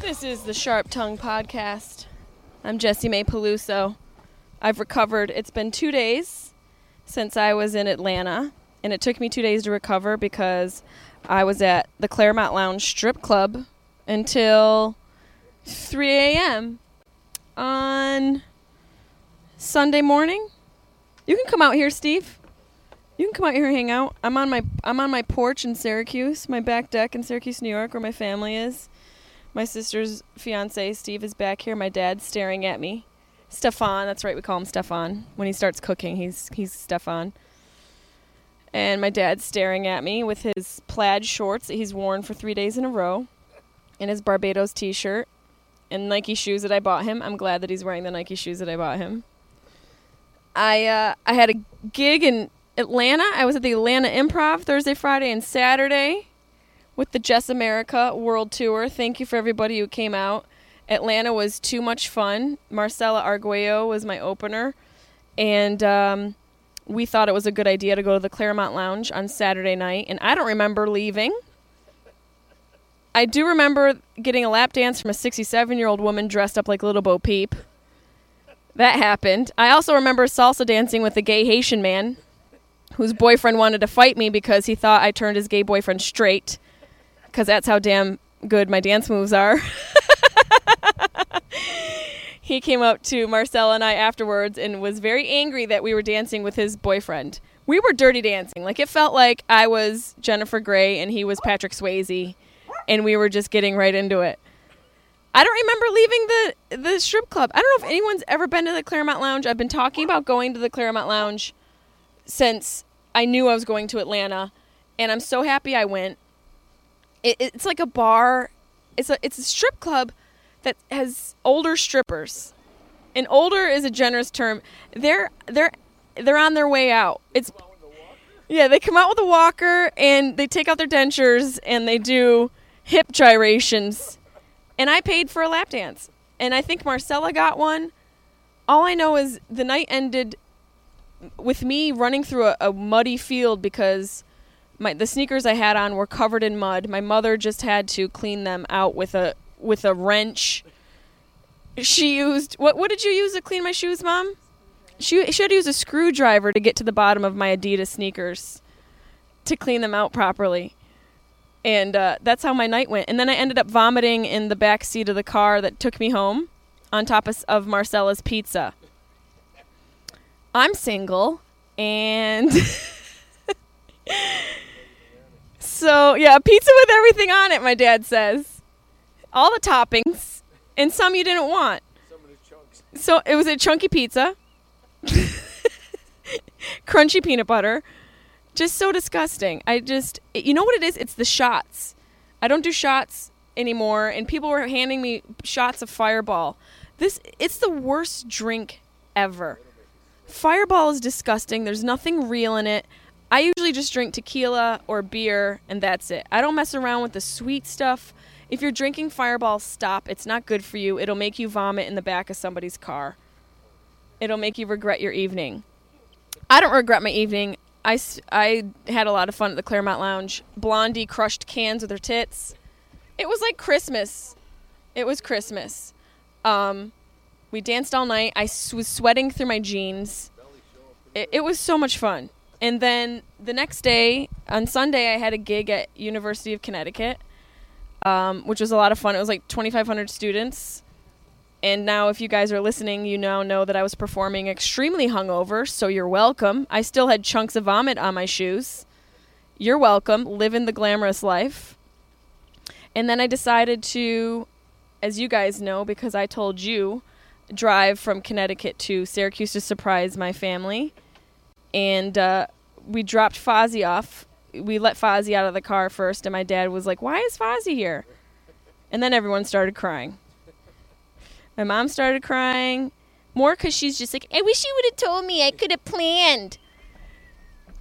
This is the Sharp Tongue Podcast. I'm Jessie Mae Peluso. I've recovered. It's been two days since I was in Atlanta, and it took me two days to recover because I was at the Claremont Lounge Strip Club until 3 a.m. on Sunday morning. You can come out here, Steve. You can come out here and hang out. I'm on my I'm on my porch in Syracuse, my back deck in Syracuse, New York, where my family is. My sister's fiance, Steve, is back here. My dad's staring at me. Stefan, that's right, we call him Stefan. When he starts cooking, he's he's Stefan. And my dad's staring at me with his plaid shorts that he's worn for three days in a row, and his Barbados t shirt, and Nike shoes that I bought him. I'm glad that he's wearing the Nike shoes that I bought him. I uh, I had a gig in Atlanta. I was at the Atlanta Improv Thursday, Friday, and Saturday with the Jess America World Tour. Thank you for everybody who came out. Atlanta was too much fun. Marcela Arguello was my opener, and um, we thought it was a good idea to go to the Claremont Lounge on Saturday night. And I don't remember leaving. I do remember getting a lap dance from a 67 year old woman dressed up like Little Bo Peep. That happened. I also remember salsa dancing with a gay Haitian man whose boyfriend wanted to fight me because he thought I turned his gay boyfriend straight because that's how damn good my dance moves are. he came up to Marcel and I afterwards and was very angry that we were dancing with his boyfriend. We were dirty dancing. Like it felt like I was Jennifer Grey and he was Patrick Swayze and we were just getting right into it. I don't remember leaving the the strip club. I don't know if anyone's ever been to the Claremont Lounge. I've been talking about going to the Claremont Lounge since I knew I was going to Atlanta and I'm so happy I went it, it's like a bar it's a it's a strip club that has older strippers and older is a generous term they're they're they're on their way out it's yeah they come out with a walker and they take out their dentures and they do hip gyrations and i paid for a lap dance and i think marcella got one all i know is the night ended with me running through a, a muddy field because my the sneakers I had on were covered in mud. My mother just had to clean them out with a with a wrench. She used what what did you use to clean my shoes, mom? She she had to use a screwdriver to get to the bottom of my Adidas sneakers to clean them out properly. And uh, that's how my night went. And then I ended up vomiting in the back seat of the car that took me home on top of, of Marcella's pizza. I'm single and So yeah, pizza with everything on it. My dad says, all the toppings, and some you didn't want. So it was a chunky pizza, crunchy peanut butter, just so disgusting. I just, you know what it is? It's the shots. I don't do shots anymore, and people were handing me shots of Fireball. This, it's the worst drink ever. Fireball is disgusting. There's nothing real in it. I usually just drink tequila or beer and that's it. I don't mess around with the sweet stuff. If you're drinking Fireball, stop. It's not good for you. It'll make you vomit in the back of somebody's car. It'll make you regret your evening. I don't regret my evening. I, s- I had a lot of fun at the Claremont Lounge. Blondie crushed cans with her tits. It was like Christmas. It was Christmas. Um, we danced all night. I s- was sweating through my jeans it, it was so much fun. And then the next day, on Sunday, I had a gig at University of Connecticut, um, which was a lot of fun. It was like 2,500 students. And now, if you guys are listening, you now know that I was performing extremely hungover, so you're welcome. I still had chunks of vomit on my shoes. You're welcome. Living the glamorous life. And then I decided to as you guys know, because I told you, drive from Connecticut to Syracuse to surprise my family. And uh, we dropped Fozzie off. We let Fozzie out of the car first, and my dad was like, Why is Fozzie here? And then everyone started crying. My mom started crying, more because she's just like, I wish you would have told me. I could have planned.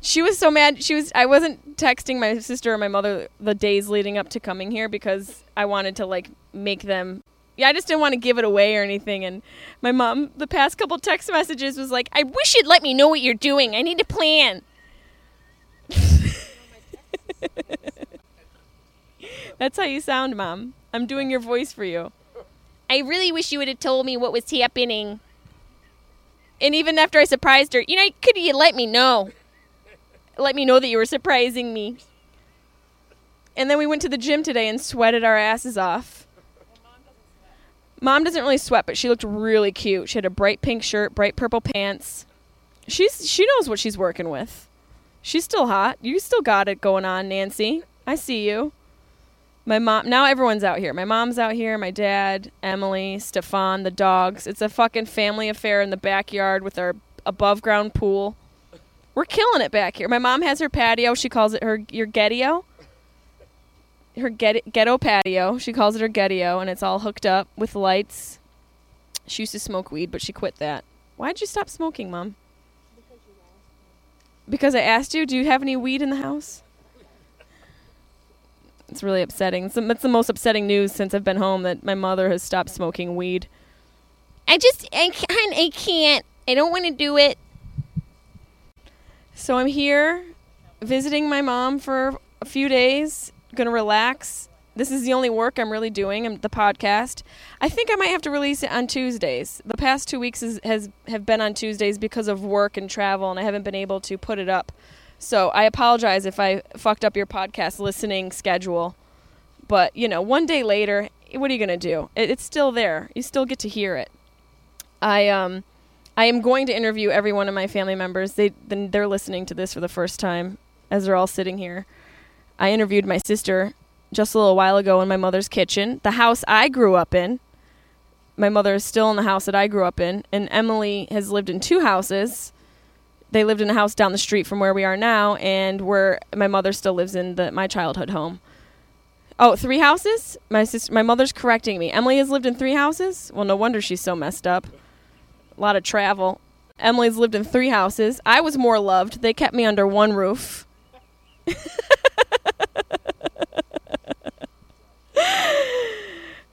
She was so mad. She was. I wasn't texting my sister or my mother the days leading up to coming here because I wanted to like make them. Yeah, I just didn't want to give it away or anything. And my mom, the past couple text messages was like, "I wish you'd let me know what you're doing. I need to plan." That's how you sound, mom. I'm doing your voice for you. I really wish you would have told me what was happening. And even after I surprised her, you know, could you let me know? Let me know that you were surprising me. And then we went to the gym today and sweated our asses off. Mom doesn't really sweat, but she looked really cute. She had a bright pink shirt, bright purple pants. She's she knows what she's working with. She's still hot. You still got it going on, Nancy. I see you. My mom now everyone's out here. My mom's out here, my dad, Emily, Stefan, the dogs. It's a fucking family affair in the backyard with our above ground pool. We're killing it back here. My mom has her patio. She calls it her your gettio. Her get, ghetto patio. She calls it her gettio and it's all hooked up with lights. She used to smoke weed, but she quit that. Why'd you stop smoking, mom? Because I asked you, do you have any weed in the house? It's really upsetting. It's the, it's the most upsetting news since I've been home that my mother has stopped smoking weed. I just, I can't, I can't. I don't want to do it. So I'm here visiting my mom for a few days, gonna relax. This is the only work I'm really doing, um, the podcast. I think I might have to release it on Tuesdays. The past two weeks is, has have been on Tuesdays because of work and travel, and I haven't been able to put it up. So I apologize if I fucked up your podcast listening schedule. But, you know, one day later, what are you going to do? It, it's still there. You still get to hear it. I um I am going to interview every one of my family members. They then they're listening to this for the first time as they're all sitting here. I interviewed my sister just a little while ago in my mother's kitchen, the house I grew up in. My mother is still in the house that I grew up in, and Emily has lived in two houses they lived in a house down the street from where we are now and where my mother still lives in the my childhood home oh three houses my sister my mother's correcting me emily has lived in three houses well no wonder she's so messed up a lot of travel emily's lived in three houses i was more loved they kept me under one roof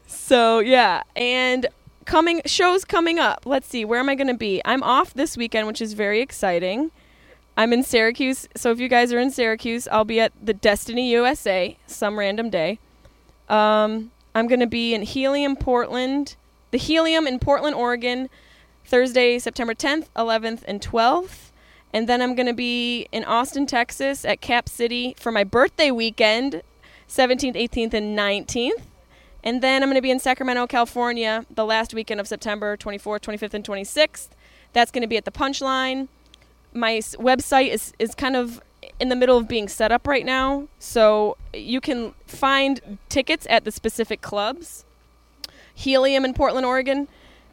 so yeah and coming shows coming up. Let's see, where am I going to be? I'm off this weekend, which is very exciting. I'm in Syracuse, so if you guys are in Syracuse, I'll be at the Destiny USA some random day. Um, I'm going to be in Helium, Portland, the Helium in Portland, Oregon, Thursday, September 10th, 11th, and 12th. And then I'm going to be in Austin, Texas at Cap City for my birthday weekend, 17th, 18th, and 19th. And then I'm going to be in Sacramento, California, the last weekend of September 24th, 25th, and 26th. That's going to be at the Punchline. My s- website is, is kind of in the middle of being set up right now. So you can find tickets at the specific clubs Helium in Portland, Oregon,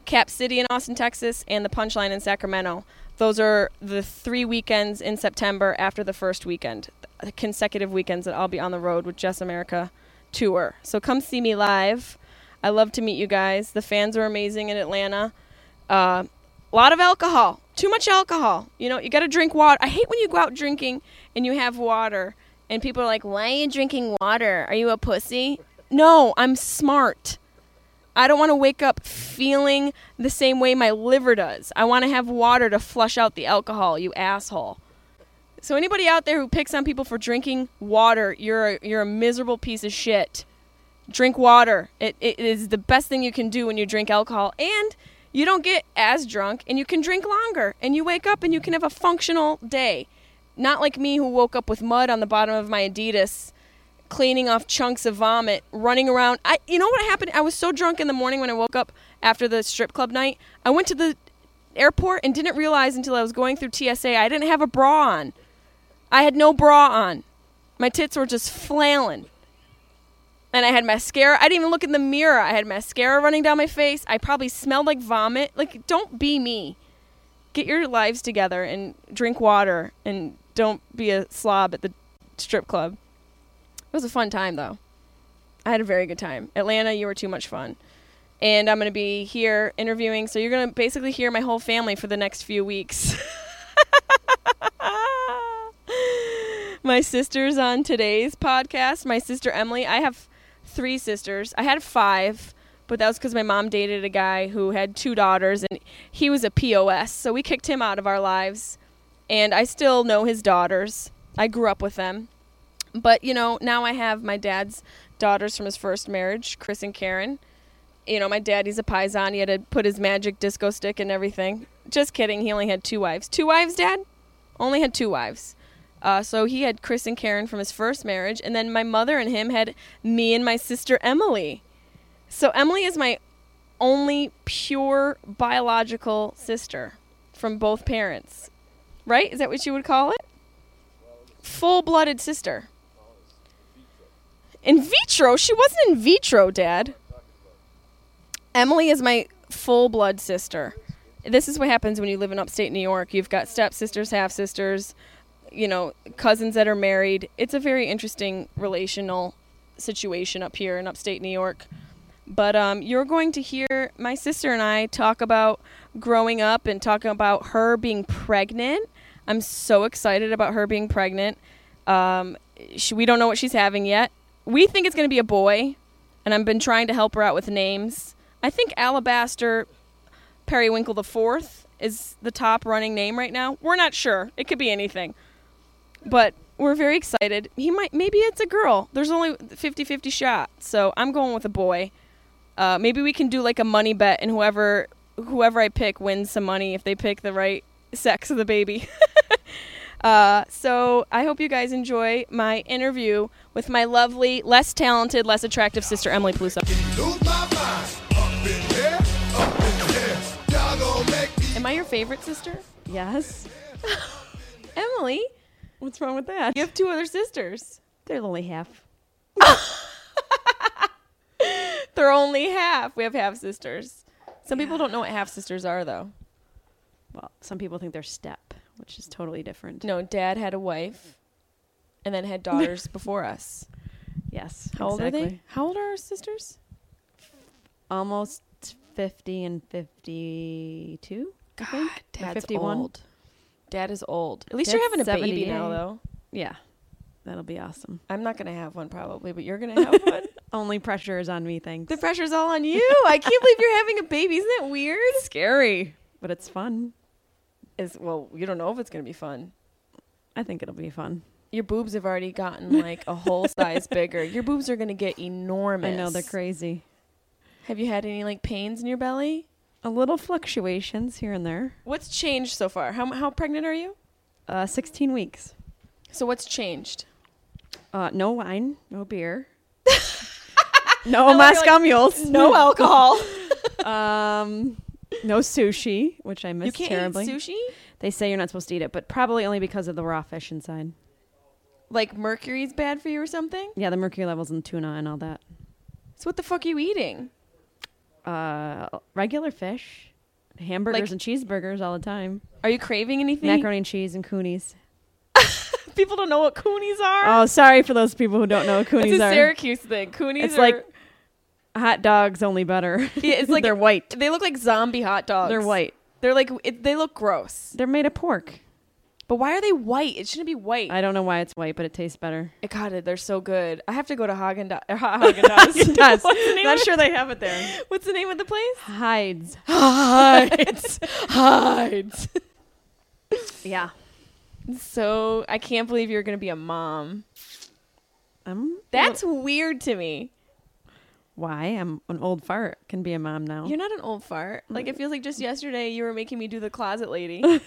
Cap City in Austin, Texas, and the Punchline in Sacramento. Those are the three weekends in September after the first weekend, the consecutive weekends that I'll be on the road with Jess America tour. So come see me live. I love to meet you guys. The fans are amazing in Atlanta. A Uh, lot of alcohol, too much alcohol. You know, you got to drink water. I hate when you go out drinking and you have water and people are like, "Why are you drinking water? Are you a pussy?" No, I'm smart. I don't want to wake up feeling the same way my liver does. I want to have water to flush out the alcohol, you asshole. So anybody out there who picks on people for drinking water, you're a, you're a miserable piece of shit. Drink water. It, it is the best thing you can do when you drink alcohol, and you don't get as drunk, and you can drink longer, and you wake up and you can have a functional day. Not like me who woke up with mud on the bottom of my Adidas, cleaning off chunks of vomit, running around. I you know what happened? I was so drunk in the morning when I woke up after the strip club night. I went to the airport and didn't realize until I was going through TSA I didn't have a bra on. I had no bra on. My tits were just flailing. and I had mascara. I didn't even look in the mirror. I had mascara running down my face. I probably smelled like vomit. Like, don't be me. Get your lives together and drink water and don't be a slob at the strip club. It was a fun time, though. I had a very good time. Atlanta, you were too much fun. And I'm going to be here interviewing. So you're going to basically hear my whole family for the next few weeks. my sister's on today's podcast. My sister Emily. I have three sisters. I had five, but that was because my mom dated a guy who had two daughters, and he was a POS. So we kicked him out of our lives. And I still know his daughters. I grew up with them. But, you know, now I have my dad's daughters from his first marriage, Chris and Karen. You know, my dad, he's a Paisan. He had to put his magic disco stick and everything. Just kidding. He only had two wives. Two wives, Dad? Only had two wives. Uh, so he had Chris and Karen from his first marriage, and then my mother and him had me and my sister Emily. So Emily is my only pure biological sister from both parents. Right? Is that what you would call it? Full blooded sister. In vitro? She wasn't in vitro, Dad. Emily is my full blood sister. This is what happens when you live in upstate New York. You've got stepsisters, half sisters, you know, cousins that are married. It's a very interesting relational situation up here in upstate New York. But um, you're going to hear my sister and I talk about growing up and talking about her being pregnant. I'm so excited about her being pregnant. Um, she, we don't know what she's having yet. We think it's going to be a boy, and I've been trying to help her out with names. I think Alabaster Periwinkle the Fourth is the top running name right now. We're not sure. It could be anything but we're very excited. He might, maybe it's a girl. There's only 50 50 shot, so I'm going with a boy. Uh, maybe we can do like a money bet, and whoever whoever I pick wins some money if they pick the right sex of the baby. uh, so I hope you guys enjoy my interview with my lovely, less talented, less attractive sister Emily Peluso. Lose my mind. Up in here, up in here. Y'all gon' make me. Am I your favorite sister, Yes. Emily? What's wrong with that? You have two other sisters. They're only half. They're only half. We have half sisters. Some people don't know what half sisters are, though. Well, some people think they're step, which is totally different. No, dad had a wife and then had daughters before us. Yes. How old exactly. are they? How old are our sisters? Almost 50 and 52. God, They're dad's 51. old. Dad is old. At least you're Dad's having a baby 78. now, though. Yeah. That'll be awesome. I'm not going to have one probably, but you're going to have one. Only pressure is on me, thanks. the pressure's all on you. I can't believe you're having a baby. Isn't that weird? scary, but it's fun. Is well, you don't know if it's going to be fun. I think it'll be fun. Your boobs have already gotten like a whole size bigger. Your boobs are going to get enormous. I know they're crazy. Have you had any like pains in your belly? A little fluctuations here and there. What's changed so far? How how pregnant are you? Uh, 16 weeks. So what's changed? Uh, no wine, no beer. no like you're Moscow like, mules. No alcohol. Um, no sushi, which I miss you can't terribly. eat sushi. They say you're not supposed to eat it, but probably only because of the raw fish inside. Like mercury's bad for you or something. Yeah, the mercury levels in tuna and all that. So what the fuck are you eating? Uh, regular fish, hamburgers and cheeseburgers all the time. Are you craving anything? Macaroni and cheese and coonies. People don't know what coonies are. Oh, sorry for those people who don't know what coonies it's Ah. a are. Syracuse thing. Coonies It's are like- Hot dogs only better. Yeah, it's like they're white. they look like zombie hot dogs. They're white. They're like it, they look gross. They're made of pork. But why are they white? It shouldn't be white. Eh, I don't know why it's white, but it tastes better. God, they're so good. I have to go to Haagen Dazs. Haagen Yes. Dazs. Not sure they have it there. What's the name of the place? Hides. Hides. Hides. Yeah. So I can't believe you're gonna be a mom. I'm That's weird to me. Um, why I'm an old fart. Can be a mom now. You're not an old fart. Like it feels like just yesterday you were making me do the closet lady. that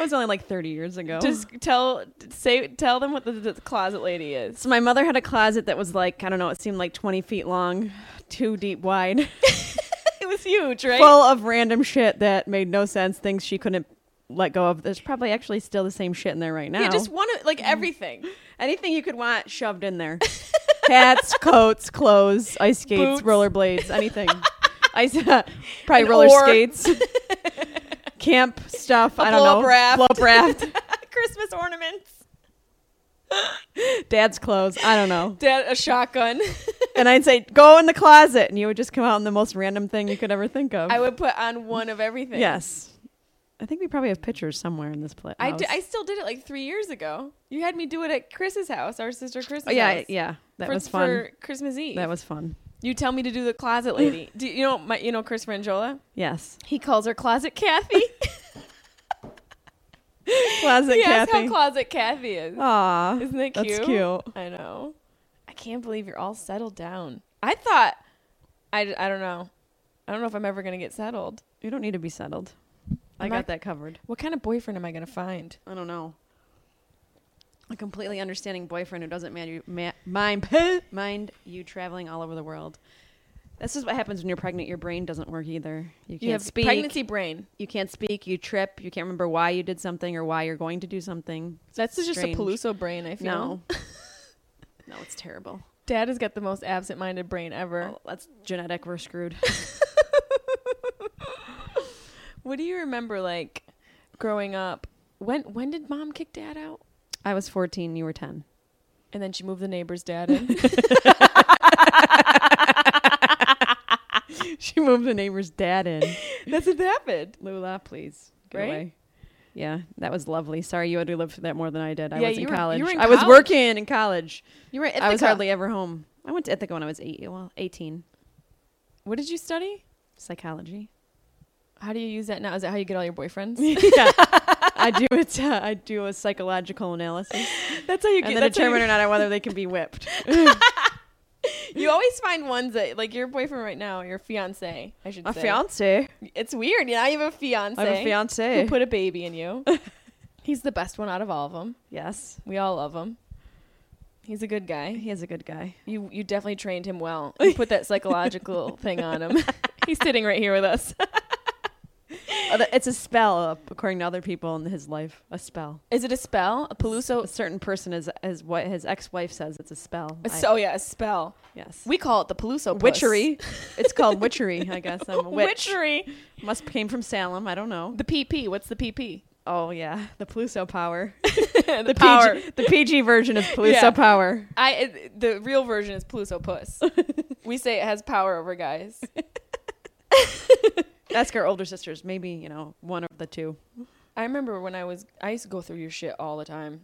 was only like 30 years ago. just tell say tell them what the, the closet lady is. So my mother had a closet that was like I don't know, it seemed like twenty feet long, two deep wide, It was huge, right? full of random shit that made no sense, things she couldn't let go of. There's probably actually still the same shit in there right now. Mm. yeah, just one of like everything. anything you could want shoved in there. hats, coats, clothes, ice Boots. skates, rollerblades, anything. Ice, probably An roller oar. skates, camp stuff. I I don't blow-up know. raft. Blow up raft. Christmas ornaments. Dad's clothes. I don't know. Dad, a shotgun. And I'd say, go in the closet, and you would just come out in the most random thing you could ever think of. I would put on one of everything. Yes. I think we probably have pictures somewhere in this place. I, di- I still did it like three years ago. You had me do it at Chris's house, our sister Chris's Oh, yeah, house. yeah. That for, was fun. for Christmas Eve. that was fun. You tell me to do the closet lady. do you know my? You know Chris Frangiola. Yes. He calls her closet Kathy. Closet yes, how Kathy. closet Kathy is. Aw. Isn't that Oh, cute? That's cute. I know. I can't believe you're all settled down. I thought, I, d- I don't know. I don't know if I'm ever going to get settled. You don't need to be settled. I Am I- got that covered. What kind of boyfriend am I going to find? I don't know. A completely understanding boyfriend who doesn't mind you, ma- mind, mind you traveling all over the world. This is what happens when you're pregnant. Your brain doesn't work either. You can't You have speak. pregnancy brain. You can't speak. You trip. You can't remember why you did something or why you're going to do something. That's just strange. a Peluso brain, I feel. No. no, it's terrible. Dad has got the most absent minded brain ever. Well, that's genetic. We're screwed. What do you remember, like, growing up? When when did mom kick dad out? I was 14. You were 10. And then she moved the neighbor's dad in. She moved the neighbor's dad in. That's what happened. Lula, please. Go Right? away. Yeah, that was lovely. Sorry you had to live through that more than I did. I Yeah, was in you were- you college. were in I was college. working in college. You were at I was Ithaca. hardly ever home. I went to Ithaca when I was eight, well, 18. What did you study? Psychology. How do you use that now? Is that how you get all your boyfriends? yeah. I do it. Uh, I do a psychological analysis that's how you and get. then That's how determine you, or not whether they can be whipped. you always find ones that like your boyfriend right now, your fiance. I should My say. fiance. It's weird. You know, you have a fiance. I have a who fiance. put a baby in you. He's the best one out of all of them. yes, We all love him. He's a good guy. he is a good guy. You you definitely trained him well. You put that psychological thing on him. He's sitting right here with us. Oh, th- It's a spell, according to other people in his life. A spell. Is it a spell? A So a Peluso? certain person is is what his ex wife says. It's a spell. a- I- oh yeah, a spell. yes. We call it the Peluso puss. witchery. it's called witchery. I guess I'm a witch. Witchery. Must came from Salem. I don't know. The PP. What's the PP? Oh yeah, the Peluso power. the PG, the PG version is Peluso Yeah. power. I it- the real version is Peluso Puss. we say it has power over guys. Ask our older sisters. Maybe you know one of the two. I remember when I was I used to go through your shit all the time.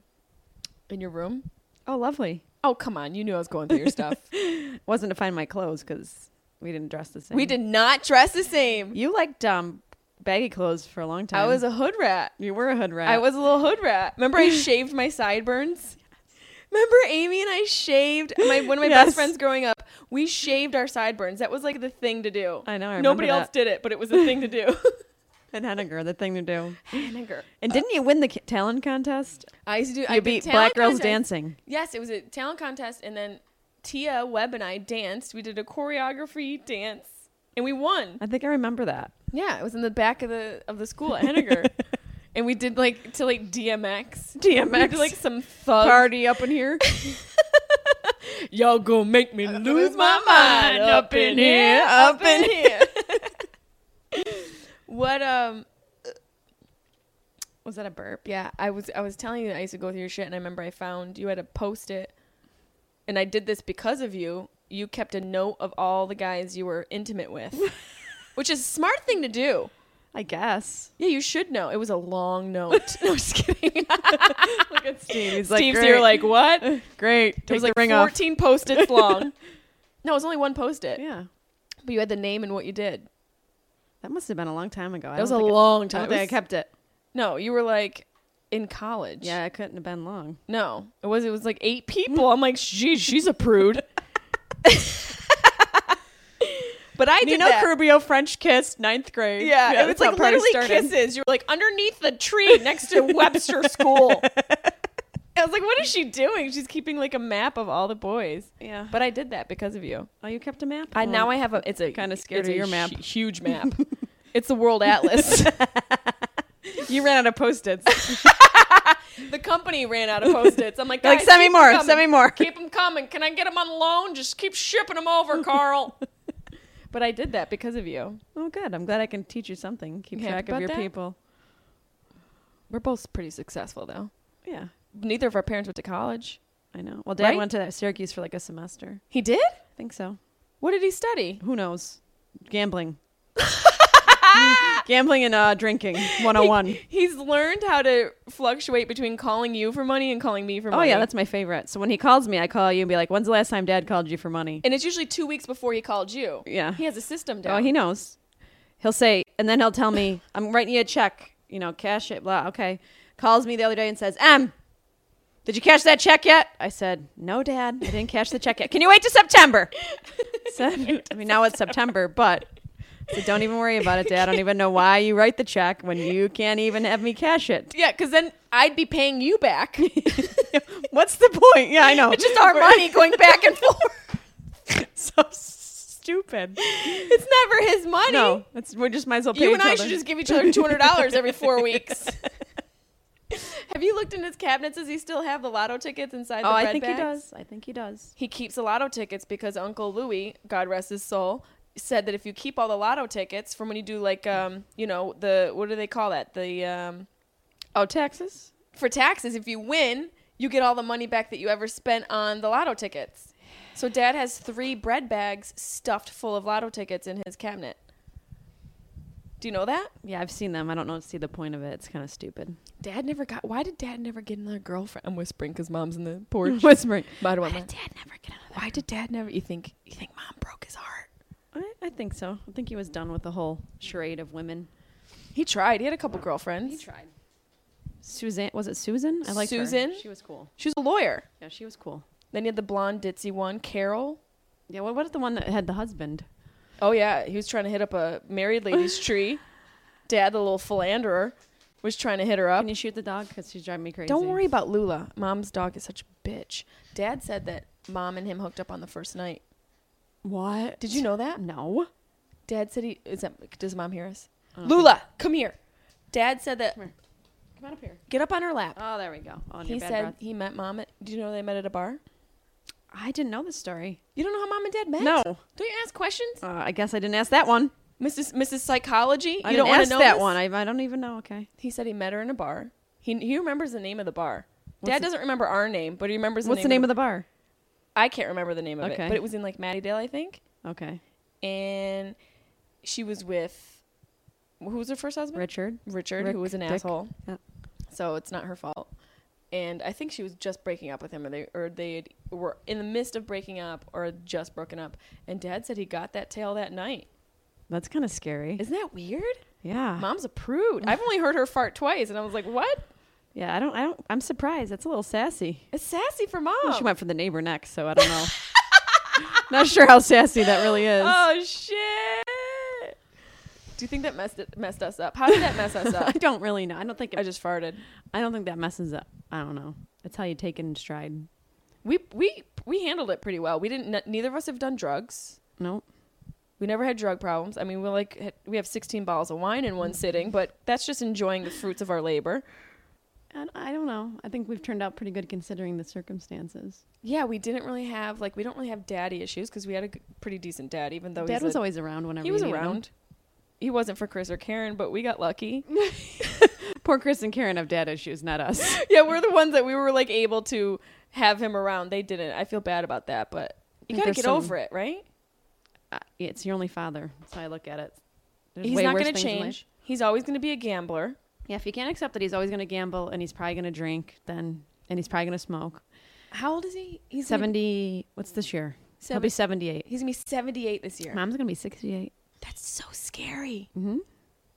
In your room? Oh, lovely. Oh come on, you knew I was going through your stuff. Wasn't to find my clothes because we didn't dress the same. we did not dress the same. You liked um baggy clothes for a long time. I was a hood rat. You were a hood rat. I was a little hood rat. Remember I shaved my sideburns? Remember Amy and I shaved my one of my Yes. best friends growing up. We shaved our sideburns. That was like the thing to do. I know, I Nobody remember else did it, but it was the thing to do. an Henniger, the thing to do. Henniger. And didn't you win the ca- talent contest? I used to do. Uh, I You did beat talent Black Girls contest. Dancing. Yes, it was a talent contest, and then Tia Webb and I danced. We did a choreography dance, and we won. I think I remember that. Yeah, it was in the back of the of the school at Henniger, and we did like to like DMX, we DMX. did, like some thug. Party up in here. Y'all gonna make me Uh, lose my mind up in here, up in here. what um Was that a burp? Yeah, I was I was telling you that I used to go through your shit, and I remember I found you had a post it, and I did this because of you. You kept a note of all the guys you were intimate with, which is a smart thing to do. I guess. Yeah, you should know. It was a long note. no, I'm just kidding. Look at Steve. He's Steve's here like what? It great. Take was like the ring off. 14 post its long. no, it was only one post it, Yeah, but you had the name and what you did. that must have been a long time ago. I That was a don't think I- long I time. don't think I It was- kept it. No, you were like in college. Yeah, it couldn't have been long. No, it was. It was like eight people. I'm like, geez, she's a prude. but I did that. Crubio French kiss ninth grade. yeah, it was like literally kisses. You were like underneath the tree next to Webster School. I was like, what is she doing? She's keeping like a map of all the boys. Yeah, but But I did that because of you. oh, you kept a map. I now Oh. I have a. It's a Kinda scared it's of a your map. hu- Huge map. it's the world atlas. you ran out of post its. the company ran out of post-its. I'm like, You're like, "Guys, "Send me keep 'em more, coming. send me more." Keep them coming. Can I get them on loan? Just keep shipping them over, Carl. but I did that because of you. Oh, good. I'm glad I can teach you something. Keep You happy track about of your that? people. We're both pretty successful, though. Yeah, Neither of our parents went to college. I know. Well, Dad Right? went to that Syracuse for like a semester. He did? I think so. What did he study? Who knows? Gambling. Gambling and uh, drinking 101. He's learned how to fluctuate between calling you for money and calling me for Oh money. yeah, that's my favorite. So when he calls me, I call you and be like, "When's the last time Dad called you for money?" and it's usually two weeks before he called you. Yeah. He has a system down. Oh, he knows. He'll say, and then he'll tell me, I'm writing you a check, you know, cash it, blah, okay. Calls me the other day and says, Em, did you cash that check yet? I said, No, Dad, I didn't cash the check yet. Can you wait till September? Said, I mean, now it's September, but so don't even worry about it, Dad. I don't even know why you write the check when you can't even have me cash it. Yeah, because then I'd be paying you back. What's the point? Yeah, I know. It's just our money going back and forth. so stupid. It's never his money. No, it's, we just might as well pay You and each I other. should just give each other two hundred dollars every four weeks. have you looked in his cabinet? Does he still have the lotto tickets inside Oh, the bread I think bags? he does. I think he does. He keeps the lotto tickets because Uncle Louis, God rest his soul, said that if you keep all the lotto tickets from when you do like um, you know, the what do they call that? The um Oh, Texas? for taxes, if you win, you get all the money back that you ever spent on the lotto tickets. So dad has three bread bags stuffed full of lotto tickets in his cabinet. Do you know that? Yeah, I've seen them. I don't know see the point of it. It's kind of stupid. Dad never got. Why did Dad never get another girlfriend? I'm whispering because Mom's in the porch. Whispering. Why do I want that? Dad never get another. Why did Dad never? You think you think Mom broke his heart? I, I think so. I think he was done with the whole charade of women. He tried. He had a couple girlfriends. tried. Suzanne was it Susan? I like Susan? She was cool. She was a lawyer. Yeah, she was cool. Then he had the blonde ditzy one, Carol. Yeah. What about the one that had the husband? Oh yeah, he was trying to hit up a married lady's tree. Dad, the little philanderer, was trying to hit her up. Can you shoot the dog? Because she's driving me crazy. Don't worry about Lula. Mom's dog is such a bitch. Dad said that Mom and him hooked up on the first night. What? Did you know that? No. Dad said he is that does mom hear us? Lula, come here. Dad said that Oh. Come on up here. get up on her lap. Oh, there we go. Oh, he said he met mom at do you know they met at a bar? I didn't know the story. You don't know how mom and dad met? No. Don't you ask questions? Uh, I guess I didn't ask that one. Mrs. Mrs. Psychology? I you didn't don't want ask to know that this? one. I, I don't even know. Okay. He said he met her in a bar. He he remembers the name of the bar. What's dad the- doesn't remember our name, but he remembers the What's the name of the bar? I can't remember the name of Okay. it, but it was in like Mattydale, I think. Okay. And she was with who was her first husband? Richard. Richard, Rick who was an Dick. asshole. Yeah. So it's not her fault. And I think she was just breaking up with him, or they or they had- were in the midst of breaking up, or had just broken up. And Dad said he got that tail that night. That's kind of scary. Isn't that weird? yeah. Mom's a prude. I've only heard her fart twice, and I was like, "What? Yeah, I don't. I don't. I'm surprised. That's a little sassy. It's sassy for mom." Well, she went for the neighbor next, so I don't know. Not sure how sassy that really is. oh shit! Do you think that messed it, messed us up? How did that mess us I up? don't really know. I don't think. It, I I just. just farted. I don't think that messes up. I don't know. It's how you take it in stride. We we we handled it pretty well. We didn't. n- Neither of us have done drugs. Nope. We never had drug problems. I mean, we like had- we have 16 bottles of wine in one sitting, but that's just enjoying the fruits of our labor. I, I don't know. I think we've turned out pretty good considering the circumstances. Yeah, we didn't really have like we don't really have daddy issues because we had a g- pretty decent dad, even though Dad he's was a- always around whenever he was you needed him. around. He wasn't for Chris or Karen, but we got lucky. Poor Chris and Karen have dad issues, not us. yeah, we're the ones that we were like able to have him around. They didn't. I feel bad about that, but you think gotta there's get some- over it, right? Uh, it's your only father. That's how I look at it. There's He's way not worse gonna things in life. change. He's always gonna be a gambler. Yeah, if you can't accept that he's always going to gamble and he's probably going to drink, then and he's probably going to smoke. How old is he? He's gonna- 70 what's this year he'll be 78 he's gonna be 78 this year. mom's gonna be 68 That's so scary. Mm-hmm.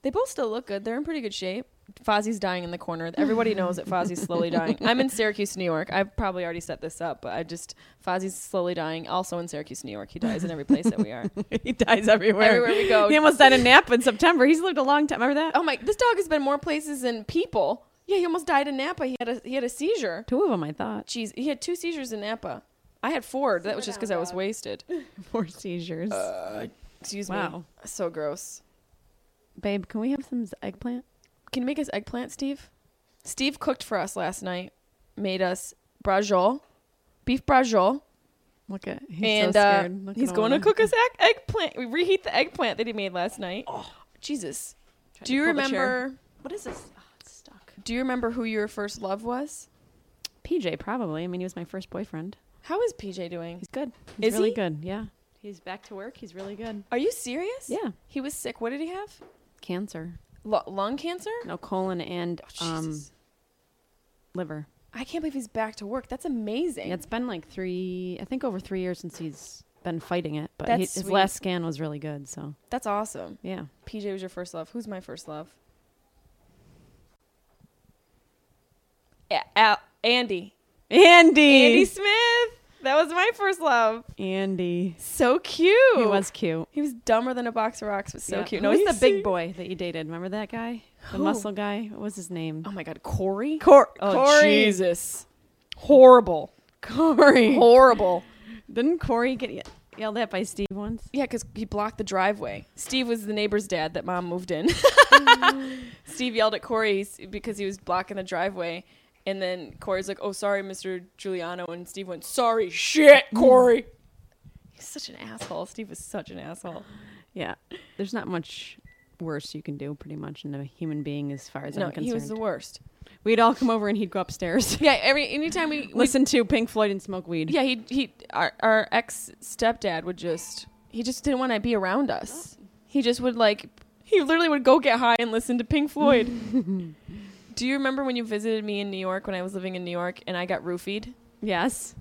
They both still look good. They're in pretty good shape. Fozzie's dying in the corner. Everybody knows that Fozzie's slowly dying. I'm in Syracuse, New York. I've probably already set this up, but I just Fozzie's slowly dying. Also in Syracuse, New York. He dies in every place that we are. he dies everywhere Everywhere we go. he almost died in napa in september he's lived a long time remember that Oh my! This dog has been more places than people. Yeah, he almost died in Napa. He had a he had a seizure. two of them i thought Jeez, he had two seizures in Napa. I had four. That was just because I was wasted. four seizures Excuse me. Uh, Wow. So gross. babe can we have some z- eggplant Can you make us eggplant, Steve? Steve cooked for us last night. Made us brajol, beef brajol, Look at he's and uh, he's going to cook us egg, eggplant. We reheat the eggplant that he made last night. Jesus. Do you Oh. pull the chair. remember? What is this? Oh, it's stuck. Do you remember who your first love was? PJ probably. I mean, he was my first boyfriend. How is PJ doing? He's good. Is He's really he? good. Yeah. He's back to work. He's really good. Are you serious? Yeah. He was sick. What did he have? Cancer. Lu- lung cancer? No colon and um Jesus. liver. I can't believe he's back to work. That's amazing. Yeah, it's been like three, I think over three years since he's been fighting it, but he, That's his sweet. last scan was really good. So That's awesome. yeah, PJ was your first love. Who's my first love? Yeah, Al- Andy. Andy Andy, Smith. That was my first love. Andy, So cute. he was cute. He was dumber than a box of rocks, but so Yeah. cute. Who was he's the big so- boy that you dated? Remember that guy, the Who? muscle guy? What was his name? Oh my god, Corey. Cor- oh Corey. Jesus. Horrible. Corey. Horrible. Didn't Corey get ye- yelled at by Steve once? Yeah, because he blocked the driveway. Steve was the neighbor's dad that mom moved in. Mm. Steve yelled at Corey s- because he was blocking the driveway. And then Corey's like, oh, sorry, Mr. Giuliano. And Steve went, sorry, shit, Corey. Mm. He's such an asshole. Steve was such an asshole. Yeah, there's not much worse you can do, pretty much, in a human being, as far as no, I'm concerned. he was the worst. We'd all come over and he'd go upstairs, Yeah, every anytime we, we listen to Pink Floyd, and smoke weed. yeah, he he our, our ex stepdad would just he just didn't want to be around us. He just would like he literally would go get high and listen to Pink Floyd. Do you remember when you visited me in New York when I was living in New York and I got roofied? Yes,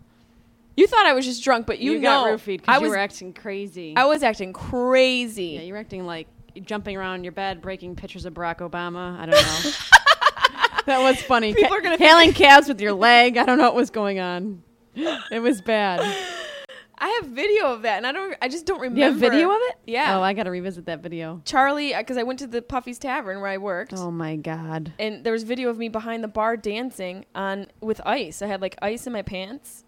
You thought I was just drunk, but you, know got roofied I because was you were acting crazy. I was acting crazy. yeah, you were acting like jumping around in your bed, breaking pictures of Barack Obama. I don't know. that was funny. People are gonna think- hailing calves with your leg. I don't know what was going on. It was bad. I have video of that and I don't I just don't remember. You have video of it? Yeah. Oh, I gotta revisit that video. Charlie cuz I went to the Puffy's Tavern where I worked. Oh my god. And there was video of me behind the bar dancing on with ice. I had like ice in my pants.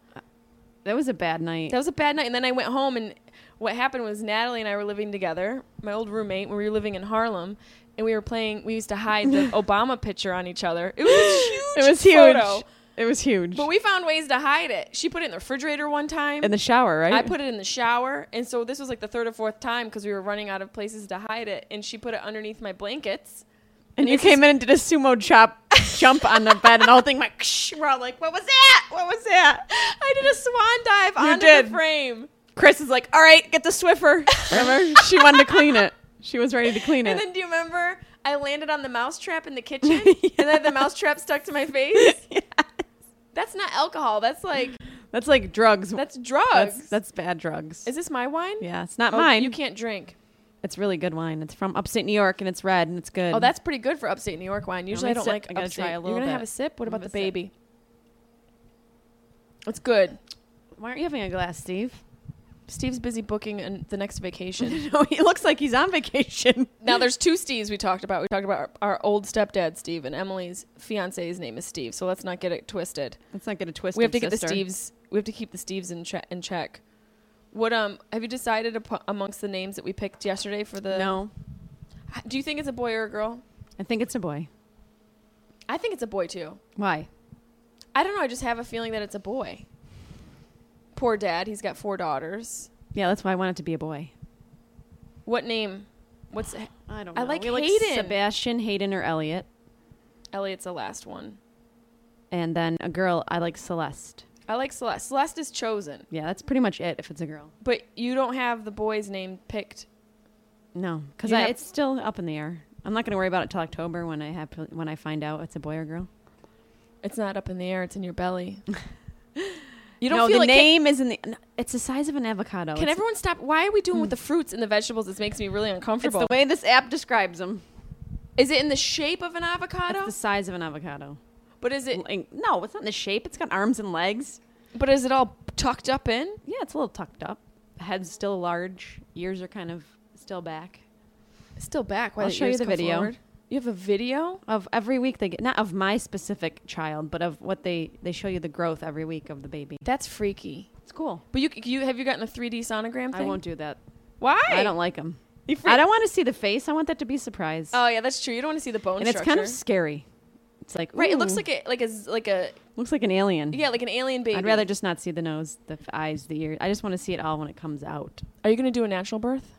That was a bad night. That was a bad night. And then I went home, and what happened was Natalie and I were living together, my old roommate, when we were living in Harlem, and we were playing. We used to hide the Obama picture on each other. It was a huge. it was huge. photo, It was huge. but we found ways to hide it. She put it in the refrigerator one time. in the shower, right? I put it in the shower, and so this was like the third or fourth time because we were running out of places to hide it, and she put it underneath my blankets. and you came in and did a sumo chop jump on the bed, and the whole thing like, Ksh, we're all like, what was that? What was that? I did a swan dive You onto did. the frame. Chris is like, all right, get the Swiffer. Remember? she wanted to clean it. She was ready to clean it. And then do you remember I landed on the mousetrap in the kitchen and then the mousetrap stuck to my face? That's not alcohol. That's like that's like drugs. that's drugs. that's, that's bad drugs. Is this my wine? yeah, it's not Oh, mine. You can't drink. it's really good wine. It's from upstate New York, and it's red, and it's good. Oh, that's pretty good for upstate New York wine. Usually me I don't sip. like I gotta upstate. try a You're little gonna have bit. a sip. What I'll about the have a sip. baby? It's good. why aren't you having a glass, Steve? Steve's busy booking an, the next vacation. No, he looks like he's on vacation. now there's two Steves we talked about. We talked about our, our old stepdad Steve and Emily's fiance's name is Steve. So let's not get it twisted. Let's not get a twist. we have to get the Steves. We have to keep the Steves in, che- in check. What um have you decided apo- amongst the names that we picked yesterday for the? No, Do you think it's a boy or a girl? I think it's a boy. I think it's a boy too. Why? I don't know. I just have a feeling that it's a boy. Poor dad. He's got four daughters. Yeah, that's why I want it to be a boy. What name? What's I don't. I like Hayden. Sebastian, Hayden, or Elliot, Elliot's the last one. and then a girl. I like Celeste. I like Celeste. Celeste is chosen, Yeah, that's pretty much it. If it's a girl, but you don't have the boy's name picked. no, because You have- it's still up in the air. I'm not going to worry about it till October when I have to, when I find out it's a boy or girl. It's not up in the air. It's in your belly. You don't no, feel the like can- name is in the. no, it's the size of an Can avocado. Oh, it's, Hmm. everyone stop? Why are we doing with the fruits and the vegetables? This makes me really It's uncomfortable. the way this app describes them. is it in the shape of an avocado? It's the size of an avocado. but is it? Like, no, it's not in the shape. It's got arms and legs. But is it all tucked up in? Yeah, it's a little tucked up. The head's still large. Ears are kind of still back. It's still back. Why I'll did show you yours the come video. forward? You have a video. Of every week they get not of my specific child, but of what they they show you the growth every week of the baby. That's freaky. It's cool. But you, you have you gotten a 3D sonogram? Thing? I won't do that. Why? I don't like them. You Oh, freak- I don't want to see the face. I want that to be a surprise. Oh yeah, that's true. You don't want to see the bone and it's structure. kind of scary It's like Right. It ooh, looks like a like a z- like a looks like an alien. yeah like an alien baby. I'd rather just not see the nose, the f- eyes, the ears. I just want to see it all when it comes out. Are you gonna do a natural birth?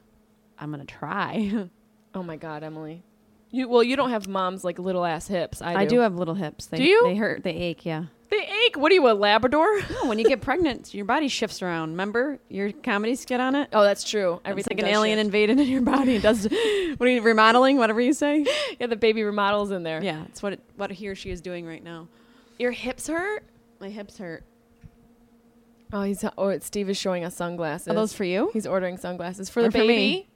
I'm gonna try. Oh my god, Emily. You well, you don't have mom's like little ass hips. I do. I do have little hips. They, Do you? They hurt. They ache. Yeah. They ache. What are you, a Labrador? No, Oh, when you get pregnant, your body shifts around. Remember your comedy skit on it? Oh, that's true. It's Everything like an does alien shift. invaded in your body. It does what are you remodeling? Whatever you say. yeah, the baby remodels in there. Yeah, it's what it, what he or she is doing right now. Your hips hurt. My hips hurt. Oh, he's oh, it's Steve is showing us sunglasses. Are those for you? He's ordering sunglasses for the Or for baby. me?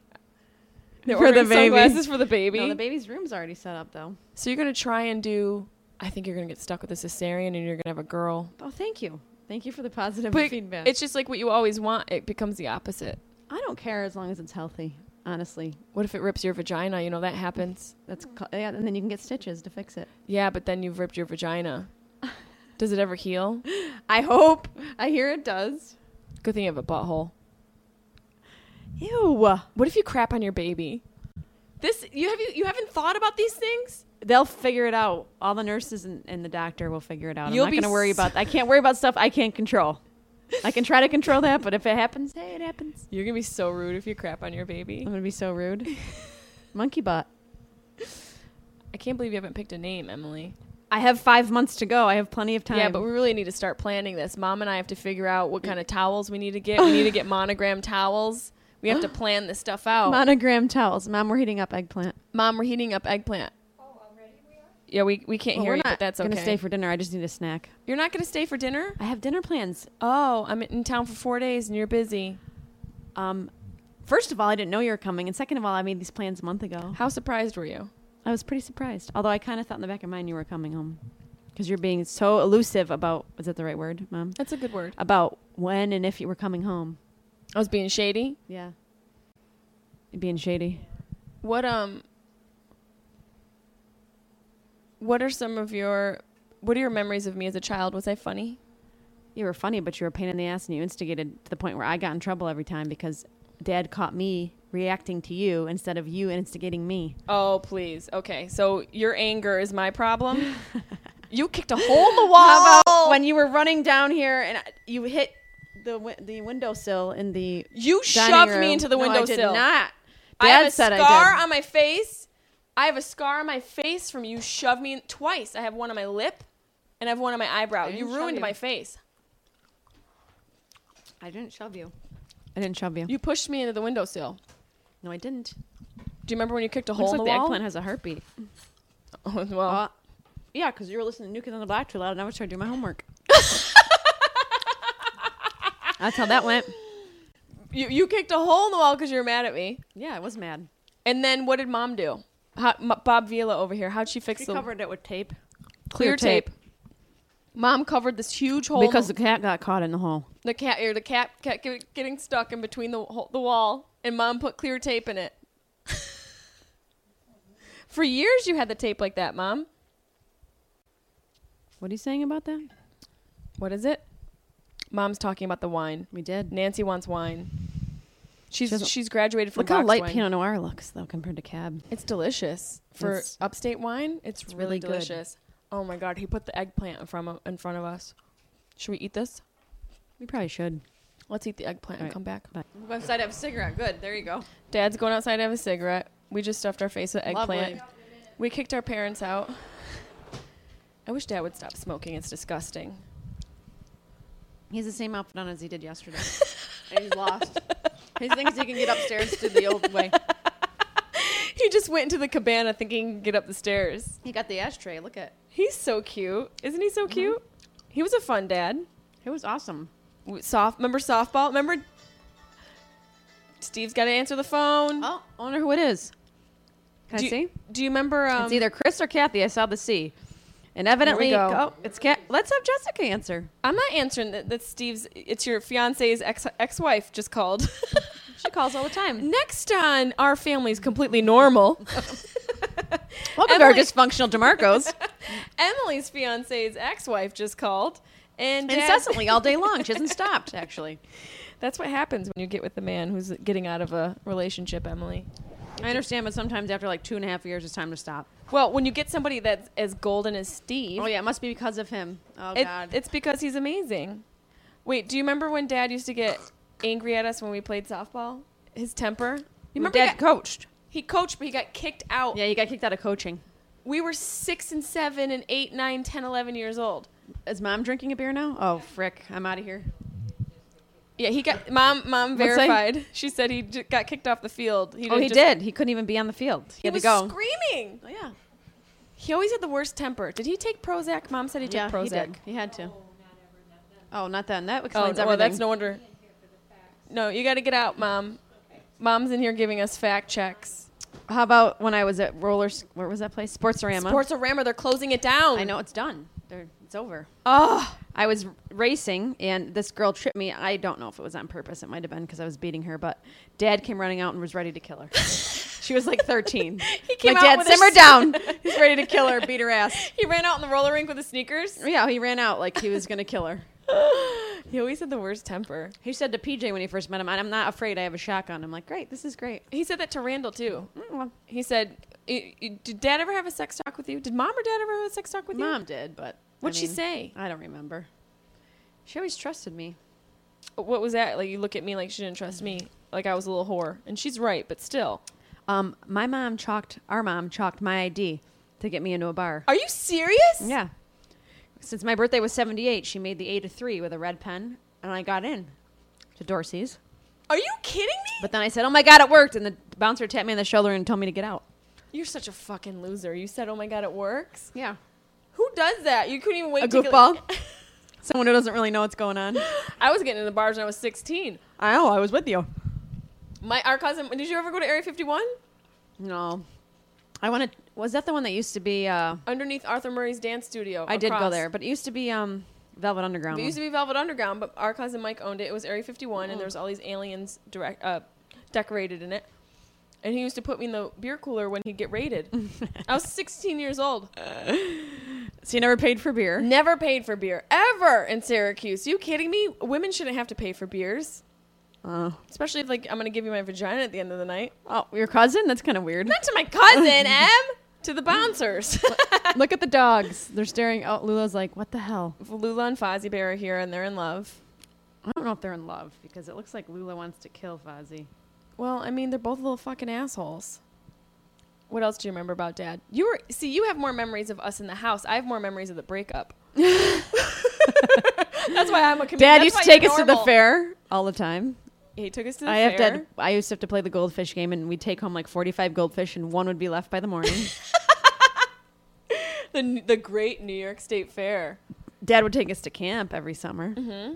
They're For the ordering baby. sunglasses for the baby. No, the baby's room's already set up though. so you're gonna try and do. I think you're gonna get stuck with a cesarean, and you're gonna have a girl. Oh, thank you. Thank you for the positive But feedback. it's just like what you always want. It becomes the opposite. I don't care as long as it's healthy. Honestly, What if it rips your vagina? You know that happens. that's ca- yeah, and then you can get stitches to fix it. Yeah, but then you've ripped your vagina. Does it ever heal? I hope. I hear it does. Good thing you have a butthole. Ew. What if you crap on your baby? This you have you, you haven't thought about these things? They'll figure it out. All the nurses and, and the doctor will figure it out. You'll I'm be not going to worry s- about. I can't worry about stuff I can't control. I can try to control that, but if it happens, hey, it happens. You're gonna be so rude if you crap on your baby. I'm going to be so rude. Monkey butt. I can't believe you haven't picked a name, Emily. I have five months to go. I have plenty of time. Yeah, but we really need to start planning this. Mom and I have to figure out what kind of towels we need to get. We need to get monogram towels. We have to plan this stuff out. monogram towels. Mom, we're heating up eggplant. Mom, we're heating up eggplant. Oh, already we are? Yeah, we, we can't Well, hear we're you, not but that's okay. Gonna stay for dinner. I just need a snack. You're not gonna stay for dinner? I have dinner plans. Oh, I'm in town for four days and you're busy. Um, first of all, I didn't know you were coming, and second of all, I made these plans a month ago. How surprised were you? I was pretty surprised. Although I kind of thought in the back of mind you were coming home because you're being so elusive about is that the right word, Mom? That's a good word. About when and if you were coming home. I was being shady. Yeah. Being shady. What um What are some of your what are your memories of me as a child? Was I funny? You were funny, but you were a pain in the ass, and you instigated to the point where I got in trouble every time because Dad caught me reacting to you instead of you instigating me. Oh, please. Okay. So your anger is my problem. you kicked a hole in the wall. when you were running down here and I- you hit the wi- the windowsill in the you dining shoved room. me into the No, I did windowsill. not. I Dad have a said I scar did. on my face. I have a scar on my face from you shoved me in twice. I have one on my lip and I have one on my eyebrow. You didn't shove ruined you. my face. I didn't shove you. I didn't shove you. You pushed me into the windowsill. No, I didn't. Do you remember when you kicked a hole Looks like in the, the, wall? eggplant has a heartbeat. Oh, well, Uh, yeah, because you were listening to New Kids on the Block too loud, and I was trying to do my homework. That's how that went. Oh. you, you kicked a hole in the wall because you were mad at me. Yeah, I was mad. And then what did mom do? How, M- Bob Vila over here. How'd she fix She the covered it with tape. clear tape. Mom covered this huge hole in Because the, the cat got caught in the hole. the cat or the cat kept get- getting stuck in between the hole- the wall, and mom put clear tape in it. For years, you had the tape like that, mom. What are you saying about that? What is it? Mom's talking about the wine. We did. Nancy wants wine. She's doesn't- she's graduated from Look how boxed light wine. Pinot Noir looks, though, compared to Cab. It's delicious for It's- upstate wine. It's, really, really good. delicious. Oh my god, he put the eggplant in front of, in front of us. Should we eat this? We probably should. Let's eat the eggplant and Alright, come back. bye. Go outside, have a cigarette. Good. There you go. Dad's going outside to have a cigarette. We just stuffed our face with eggplant. Lovely. We kicked our parents out. I wish Dad would stop smoking. It's disgusting. He has the same outfit on as he did yesterday. and he's lost. He thinks he can get upstairs to the old way. He just went into the cabana thinking he could get up the stairs. He got the ashtray. Look at. He's so cute. Isn't he Mm-hmm. so cute? He was a fun dad. It was awesome. W- Soft, remember softball? Remember Steve's got to answer the phone. Oh, I wonder who it is. Can do I see? You, do you remember? Um, it's either Chris or Kathy. I saw the C. And evidently, go. oh, it's Kat. Let's have Jessica answer. I'm not answering that. That's Steve's. It's your fiance's ex ex wife just called. She calls all the time. Next on our family's completely normal. Welcome to our Emily- dysfunctional DeMarcos. Emily's fiance's ex-wife just called, and uh, Dad- Incessantly all day long. She hasn't stopped, actually. That's what happens when you get with the man who's getting out of a relationship, Emily. I understand, but sometimes after like two and a half years, it's time to stop. Well, when you get somebody that's as golden as Steve, Oh yeah, it must be because of him. Oh it- god. it's because he's amazing. Wait, do you remember when Dad used to get angry at us when we played softball? His temper. You Your remember he, dad got- coached. he coached, but he got kicked out. Yeah, you got kicked out of coaching. We were six and seven and eight, nine, ten, eleven years old. Is mom drinking a beer now? Oh frick, I'm out of here. Yeah, he got mom. Mom What's that? verified. She said he j- got kicked off the field. Oh, he just- did. He couldn't even be on the field. He, He had to was go. screaming. oh yeah. He always had the worst temper. Did he take Prozac? Mom said he took Yeah, he Prozac. did. He had to. Oh, not then. That Oh, explains no, well, everything. that's no wonder. No, you got to get out, mom. Mom's in here giving us fact checks. How about when I was at Rollers? Where was that place? Sportsorama. Sports Rama, they're closing it down. I know it's done. They're, it's over. Oh, I was r- racing and this girl tripped me. I don't know if it was on purpose. It might have been because I was beating her, but dad came running out and was ready to kill her. she was like 13. He came like, out dad, with a simmer s- down. He's ready to kill her, beat her ass. he ran out in the roller rink with the sneakers. Yeah, he ran out like he was going to kill her. He always had the worst temper. He said to PJ when he first met him, I'm not afraid I have a shotgun. I'm like, great, this is great. He said that to Randall too. Mm, well, He said, "I- I- "Did Dad ever have a sex talk with you? Did Mom or Dad ever have a sex talk with you?" Mom did, but. I What'd she mean, say? I don't remember. She always trusted me. What was that? Like you look at me like she didn't trust me, like I was a little whore, and she's right, but still. Um, my mom chalked, our mom chalked my ID to get me into a bar. Are you serious? Yeah. Since my birthday was 78, she made the A to 3 with a red pen, and I got in to Dorsey's. Are you kidding me? But then I said, oh my God, it worked. And the bouncer tapped me on the shoulder and told me to get out. You're such a fucking loser. You said, "Oh my god, it works." Yeah. Who does that? You couldn't even wait. A to get- goofball? Someone who doesn't really know what's going on. I was getting in the bars when I was 16. I know, I was with you. My our cousin. Did you ever go to Area 51? No. I want to, was that the one that used to be, uh, Underneath Arthur Murray's dance studio. I did go across. there, but it used to be um, Velvet Underground. It used to be Velvet Underground, but our cousin Mike owned it. It was Area 51, Mm. and there was all these aliens direct uh, decorated in it. And he used to put me in the beer cooler when he'd get raided. I was 16 years old. so you never paid for beer. Never paid for beer ever in Syracuse. You kidding me? Women shouldn't have to pay for beers, Oh. especially if like I'm gonna give you my vagina at the end of the night. Oh, your cousin? That's kind of weird. Not to my cousin, Em. To the bouncers. Look at the dogs. They're staring out. Lula's like, what the hell? Lula and Fozzie Bear are here, and they're in love. I don't know if they're in love because it looks like Lula wants to kill Fozzie. Well, I mean, they're both little fucking assholes. What else do you remember about dad? You were see, you have more memories of us in the house. I have more memories of the breakup. That's why I'm a comedian. Dad That's used to why take you're us to the normal. fair all the time. He took us to the I fair. have to. I used to have to play the goldfish game, and we'd take home like forty-five goldfish, and one would be left by the morning. the the great New York State Fair. Dad would take us to camp every summer. Mm-hmm.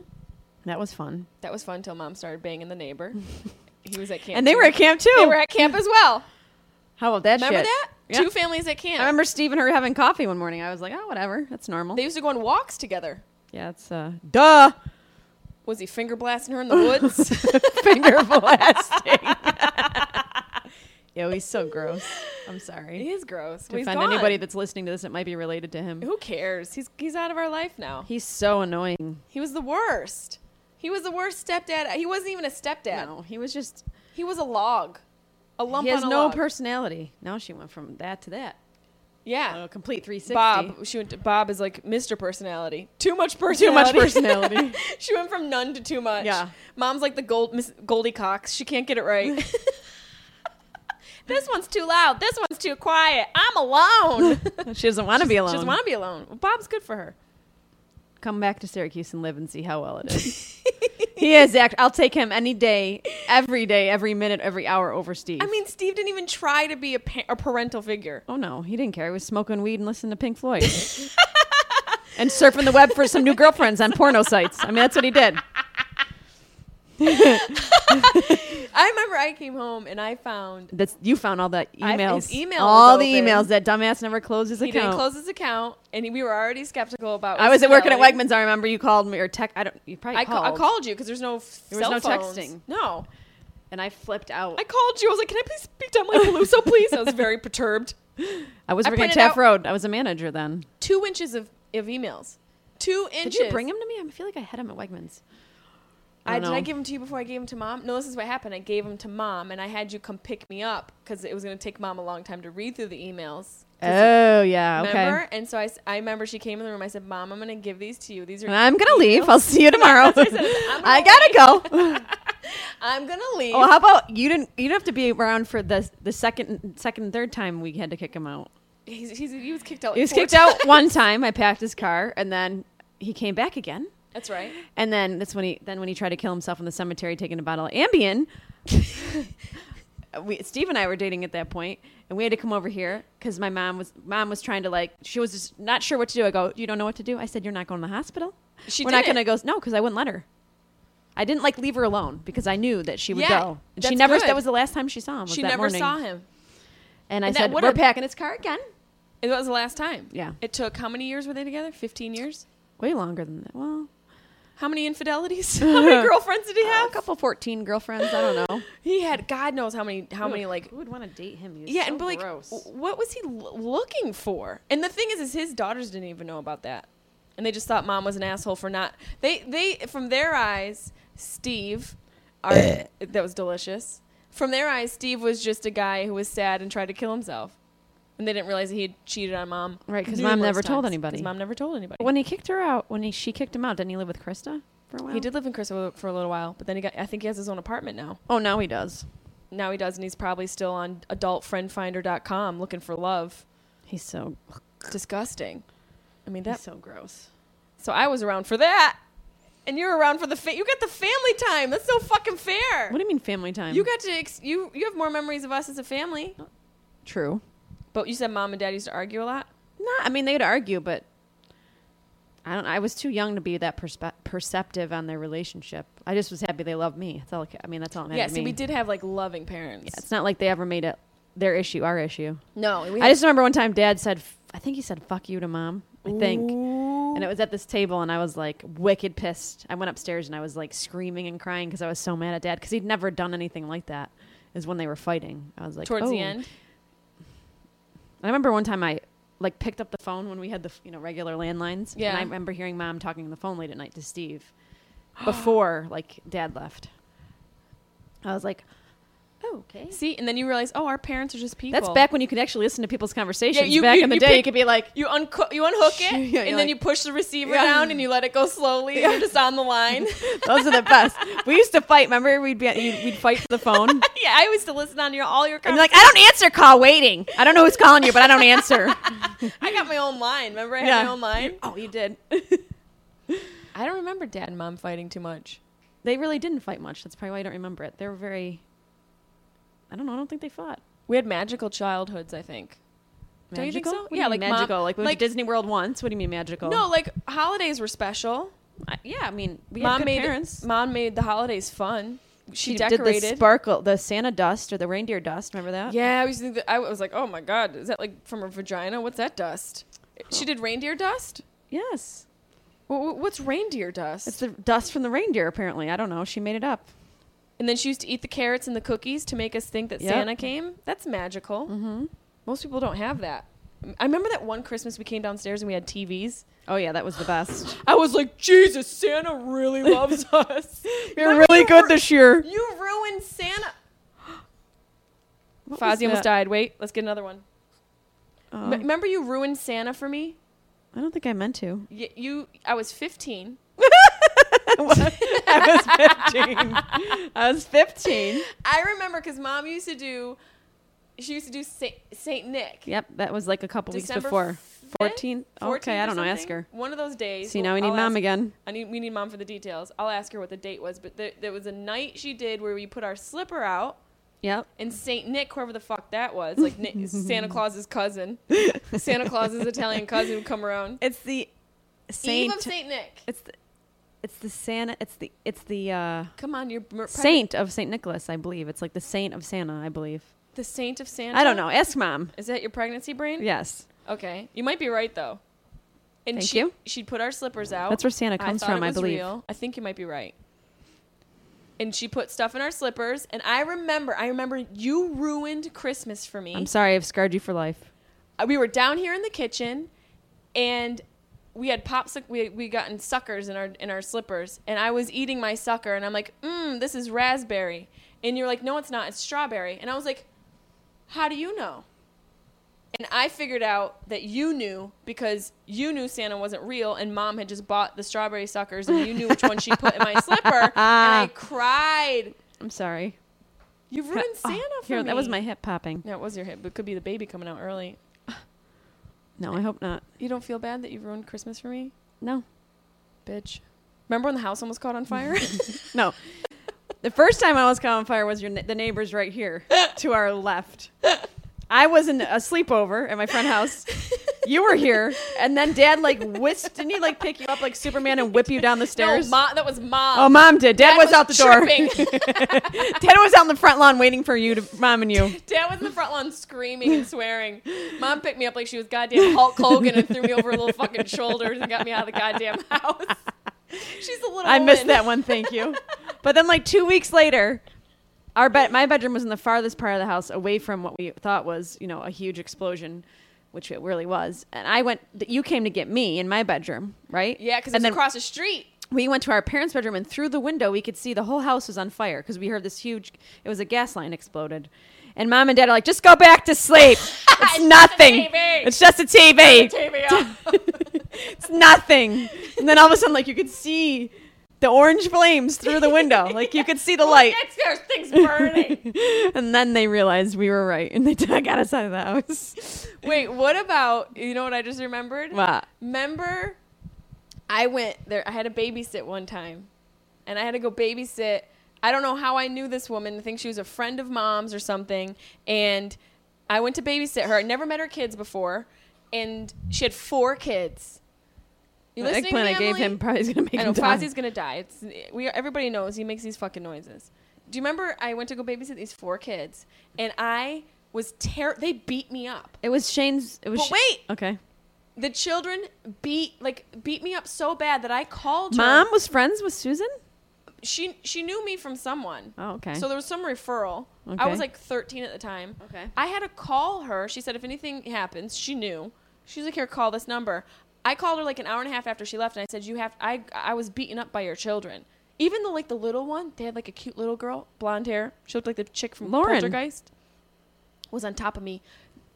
That was fun, That was fun till mom started banging the neighbor. he was at camp, and they too. were at camp too. They were at camp as well. How about that? Remember shit? that? Yeah. Two families at camp. I remember Steve and her having coffee one morning. I was like, oh, whatever, that's normal. they used to go on walks together. yeah, it's uh, duh. Was he finger blasting her in the woods? Finger blasting. Yo, he's so gross. I'm sorry. he is gross. to Well, he's offend gone. anybody that's listening to this it might be related to him. Who cares? He's he's out of our life now. He's so annoying. He was the worst. He was the worst stepdad. He wasn't even a stepdad. No, he was just He was a log. A lump he has on a no log. personality. Now she went from that to that. yeah. A complete 360. Oh, Bob, she went to, Bob is like Mr. Personality. Too much Too much personality. personality. she went from none to too much. Yeah. Mom's like the gold Miss Goldie Cox. She can't get it right. this one's too loud. This one's too quiet. I'm alone. she doesn't want to be alone. She doesn't want to be alone. Well, Bob's good for her. Come back to Syracuse and live and see how well it is. he is act I'll take him any day, every day, every minute, every hour over Steve. I mean, Steve didn't even try to be a, pa- a parental figure. oh no, he didn't care. He was smoking weed and listening to Pink Floyd. and surfing the web for some new girlfriends on porno sites. I mean, that's what he did. I remember I came home and I found That's you found all the I- emails. his email all was the open. emails that dumbass never closed his he account. didn't close his account, and we were already skeptical about. I was at his working at fidelity. Wegmans. I remember you called me or tech. I don't. You probably I, ca- called. I called you because there's no f- There was cell no phones. texting. No, and I flipped out. I called you. I was like, "Can I please speak to Emily Peluso, please?" I was very perturbed. I was I working at printed Taft out- Road. I was a manager then. Two inches of, of emails. Two Did inches. you bring him to me? I feel like I had him at Wegmans. I, don't did I know. give him to you before I gave him to mom? No, this is what happened. I gave him to mom, and I had you come pick me up because it was going to take mom a long time to read through the emails. Oh yeah. Okay. Remember? And so I, s- I remember she came in the room. I said, "Mom, I'm gonna give these to you. These are I'm gonna leave. I'll see you tomorrow. That's what I said. I'm gonna I gotta go. I'm gonna leave." Well, Oh, how about you didn't you didn't have to be around for the the second second and third time we had to kick him out. he's, he's, he was kicked out. He was four kicked times. out one time. I packed his car, and then he came back again. That's right. And then that's when he then when he tried to kill himself in the cemetery taking a bottle of Ambien. we Steve and I were dating at that point, and we had to come over here because my mom was mom was trying to like she was just not sure what to do. I go, you don't know what to do. I said, you're not going to the hospital. She we're didn't. not going to go. No, because I wouldn't let her. I didn't like leave her alone because I knew that she would Yeah, go. And she that's never. good. That was the last time she saw him. was She that never morning. saw him. And I And that said, would've- we're packing his car again. It was the last time. Yeah. It took how many years were they together? Fifteen years. Way longer than that. Well, How many infidelities? how many girlfriends did he yeah, have? a couple fourteen girlfriends. I don't know. He had God knows how many. How many like Who would want to date him? He was Yeah, so and but like, gross. w- what was he l- looking for? And the thing is, is his daughters didn't even know about that, and they just thought mom was an asshole for not. They they from their eyes, Steve, our, that was delicious. From their eyes, Steve was just a guy who was sad and tried to kill himself, and they didn't realize that he had cheated on mom. Right, 'cause mom numerous never told times, anybody. 'cause Mom never told anybody. When he kicked her out, when he, she kicked him out, didn't he live with Krista for a while? he did live in Crystal for a little while, but then he got. I think he has his own apartment now. Oh, now he does. Now he does, and he's probably still on adultfriendfinder.com looking for love. He's so It's disgusting. I mean that. so gross. So I was around for that, and you're around for the fa- you got the family time. That's so fucking fair. What do you mean family time? you got to ex- you you have more memories of us as a family. true. But you said mom and dad used to argue a lot. No, I mean they'd argue, but I don't. I was too young to be that perspe- perceptive on their relationship. I just was happy they loved me. That's all. I ca- I mean, that's all. It mattered yeah, to see, me. we did have like loving parents. Yeah, it's not like they ever made it their issue, our issue. No, we I just remember one time Dad said, f- I think he said "fuck you" to Mom. I think. Ooh. And it was at this table, and I was like wicked pissed. I went upstairs and I was like screaming and crying because I was so mad at dad because he'd never done anything like that. Is when they were fighting. I was like, towards the "Oh." end. I remember one time I like picked up the phone when we had the you know regular landlines. Yeah. And I remember hearing mom talking on the phone late at night to Steve before like dad left. I was like, oh, okay. See, and then you realize, oh, our parents are just people. That's back when you could actually listen to people's conversations. you- back you- in the you day, you pick- could be like, You unco- you unhook it, Yeah, and you're then like- you push the receiver Yeah. down, and you let it go slowly. You're just on the line. those are the best. we used to fight. Remember, we'd be we'd fight for the phone. yeah, I used to listen on your all your. And you're like, I don't answer call waiting. I don't know who's calling you, but I don't answer. I got my own line. Remember, I had my own line. Oh, you did. I don't remember dad and mom fighting too much. they really didn't fight much. That's probably why I don't remember it. They were very. I don't know. I don't think they fought. We had magical childhoods, I think. Magical? Don't you think so? What do Yeah, mean like mom- magical. like we went like- to Disney World once. What do you mean magical? No, like holidays were special. I, yeah. I mean, we had mom good made parents. mom made the holidays fun. She, did the decorated. sparkle, the Santa dust or the reindeer dust. Remember that? yeah, I was think that, I was like, oh my god, is that like from her vagina? What's that dust? She did reindeer dust. Yes. Wh- wh- What's reindeer dust? It's the dust from the reindeer. Apparently, I don't know. She made it up. and then she used to eat the carrots and the cookies to make us think that Yep. Santa came. That's magical. Mm-hmm. Most people don't have that. I remember that one Christmas we came downstairs and we had TVs. Oh yeah, that was the best. I was like, Jesus, Santa really loves us. You're really good this year. You ruined Santa. What was Fozzie almost that? died. Wait, let's get another one. Oh, M- remember you ruined Santa for me? I don't think I meant to. Y- you, I was 15. I was 15. I was 15. I remember because mom used to do, she used to do Saint, Saint Nick. Yep, that was like a couple weeks December before. fifth, 14? Okay, 14th I or don't know. Ask something. her. One of those days. See, now we need I'll mom ask- again. I need, we need mom for the details. I'll ask her what the date was, but there, there was a night she did where we put our slipper out Yep. and Saint Nick, whoever the fuck that was, like Nick, Santa Claus's cousin, Santa Claus's Italian cousin would come around. It's the Eve Saint. of Saint Nick. It's the, it's the Santa. It's the it's the uh, Come on, you're mer- Saint of Saint Nicholas, I believe. It's like the Saint of Santa, I believe. the Saint of Santa. I don't know. Ask mom. Is that your pregnancy brain? Yes. Okay, you might be right though. And Thank she, you. She'd put our slippers out. That's where Santa comes thought from, it I was believe. real. I think you might be right. And she put stuff in our slippers, and I remember, I remember you ruined Christmas for me. I'm sorry. I've scarred you for life. Uh, we were down here in the kitchen and we had popsicle we we gotten suckers in our in our slippers and I was eating my sucker and I'm like, "Mmm, this is raspberry." And you're like, "No, it's not. It's strawberry." And I was like, "How do you know?" And I figured out that you knew because you knew Santa wasn't real, and mom had just bought the strawberry suckers, and you knew which one she put in my slipper. And I cried. I'm sorry. You ruined Santa for Oh, Here, me. that was my hip popping. No, it was your hip, but it could be the baby coming out early. No, I hope not. You don't feel bad that you ruined Christmas for me, No. bitch. Remember when the house almost caught on fire? No. The first time I was caught on fire was your ne- the neighbors right here to our left. I was in a sleepover at my friend's house. You were here, and then Dad like whisked. Didn't he like pick you up like Superman and whip you down the no, stairs? mom, that was mom. oh, Mom did. Dad, Dad was, out the chirping. door. Dad was out in the front lawn waiting for you to Mom and you. Dad was in the front lawn screaming and swearing. Mom picked me up like she was goddamn Hulk Hogan and threw me over her little fucking shoulders and got me out of the goddamn house. She's a little. I missed woman. that one. Thank you. But then like two weeks later, our bed, my bedroom was in the farthest part of the house, away from what we thought was, you know, a huge explosion, which it really was. And I went. th- You came to get me in my bedroom, right? Yeah, because And it's then across the street. we went to our parents' bedroom, and through the window we could see the whole house was on fire because we heard this huge. It was a gas line exploded, and mom and dad are like, "Just go back to sleep. It's, just a nothing. TV. It's just a TV. Take me off. it's nothing." And then all of a sudden, like you could see the orange flames through the window, like you could see the light. Next, there's things burning. and then they realized we were right, and they got us out of the house. Wait, what about you know what I just remembered? What? Remember, I went there. I had a babysit one time, and I had to go babysit. I don't know how I knew this woman. I think she was a friend of mom's or something. And I went to babysit her. I never met her kids before, and she had four kids. You The listening, eggplant I gave family? him probably is gonna make I know him die. Fozzie's gonna die. It's we everybody knows he makes these fucking noises. Do you remember I went to go babysit these four kids and I was ter they beat me up. It was Shane's. It was. But Sh- wait! Okay. The children beat like beat me up so bad that I called Mom her. was friends with Susan. She she knew me from someone. Oh, okay. So there was some referral. I Okay. was like 13 at the time. Okay. I had to call her. She said if anything happens, she knew. She's like, here, call this number. I called her like an hour and a half after she left, and I said, you have. I I was beaten up by your children. Even though like the little one, they had like a cute little girl, blonde hair. She looked like the chick from Lauren. Poltergeist. Was on top of me,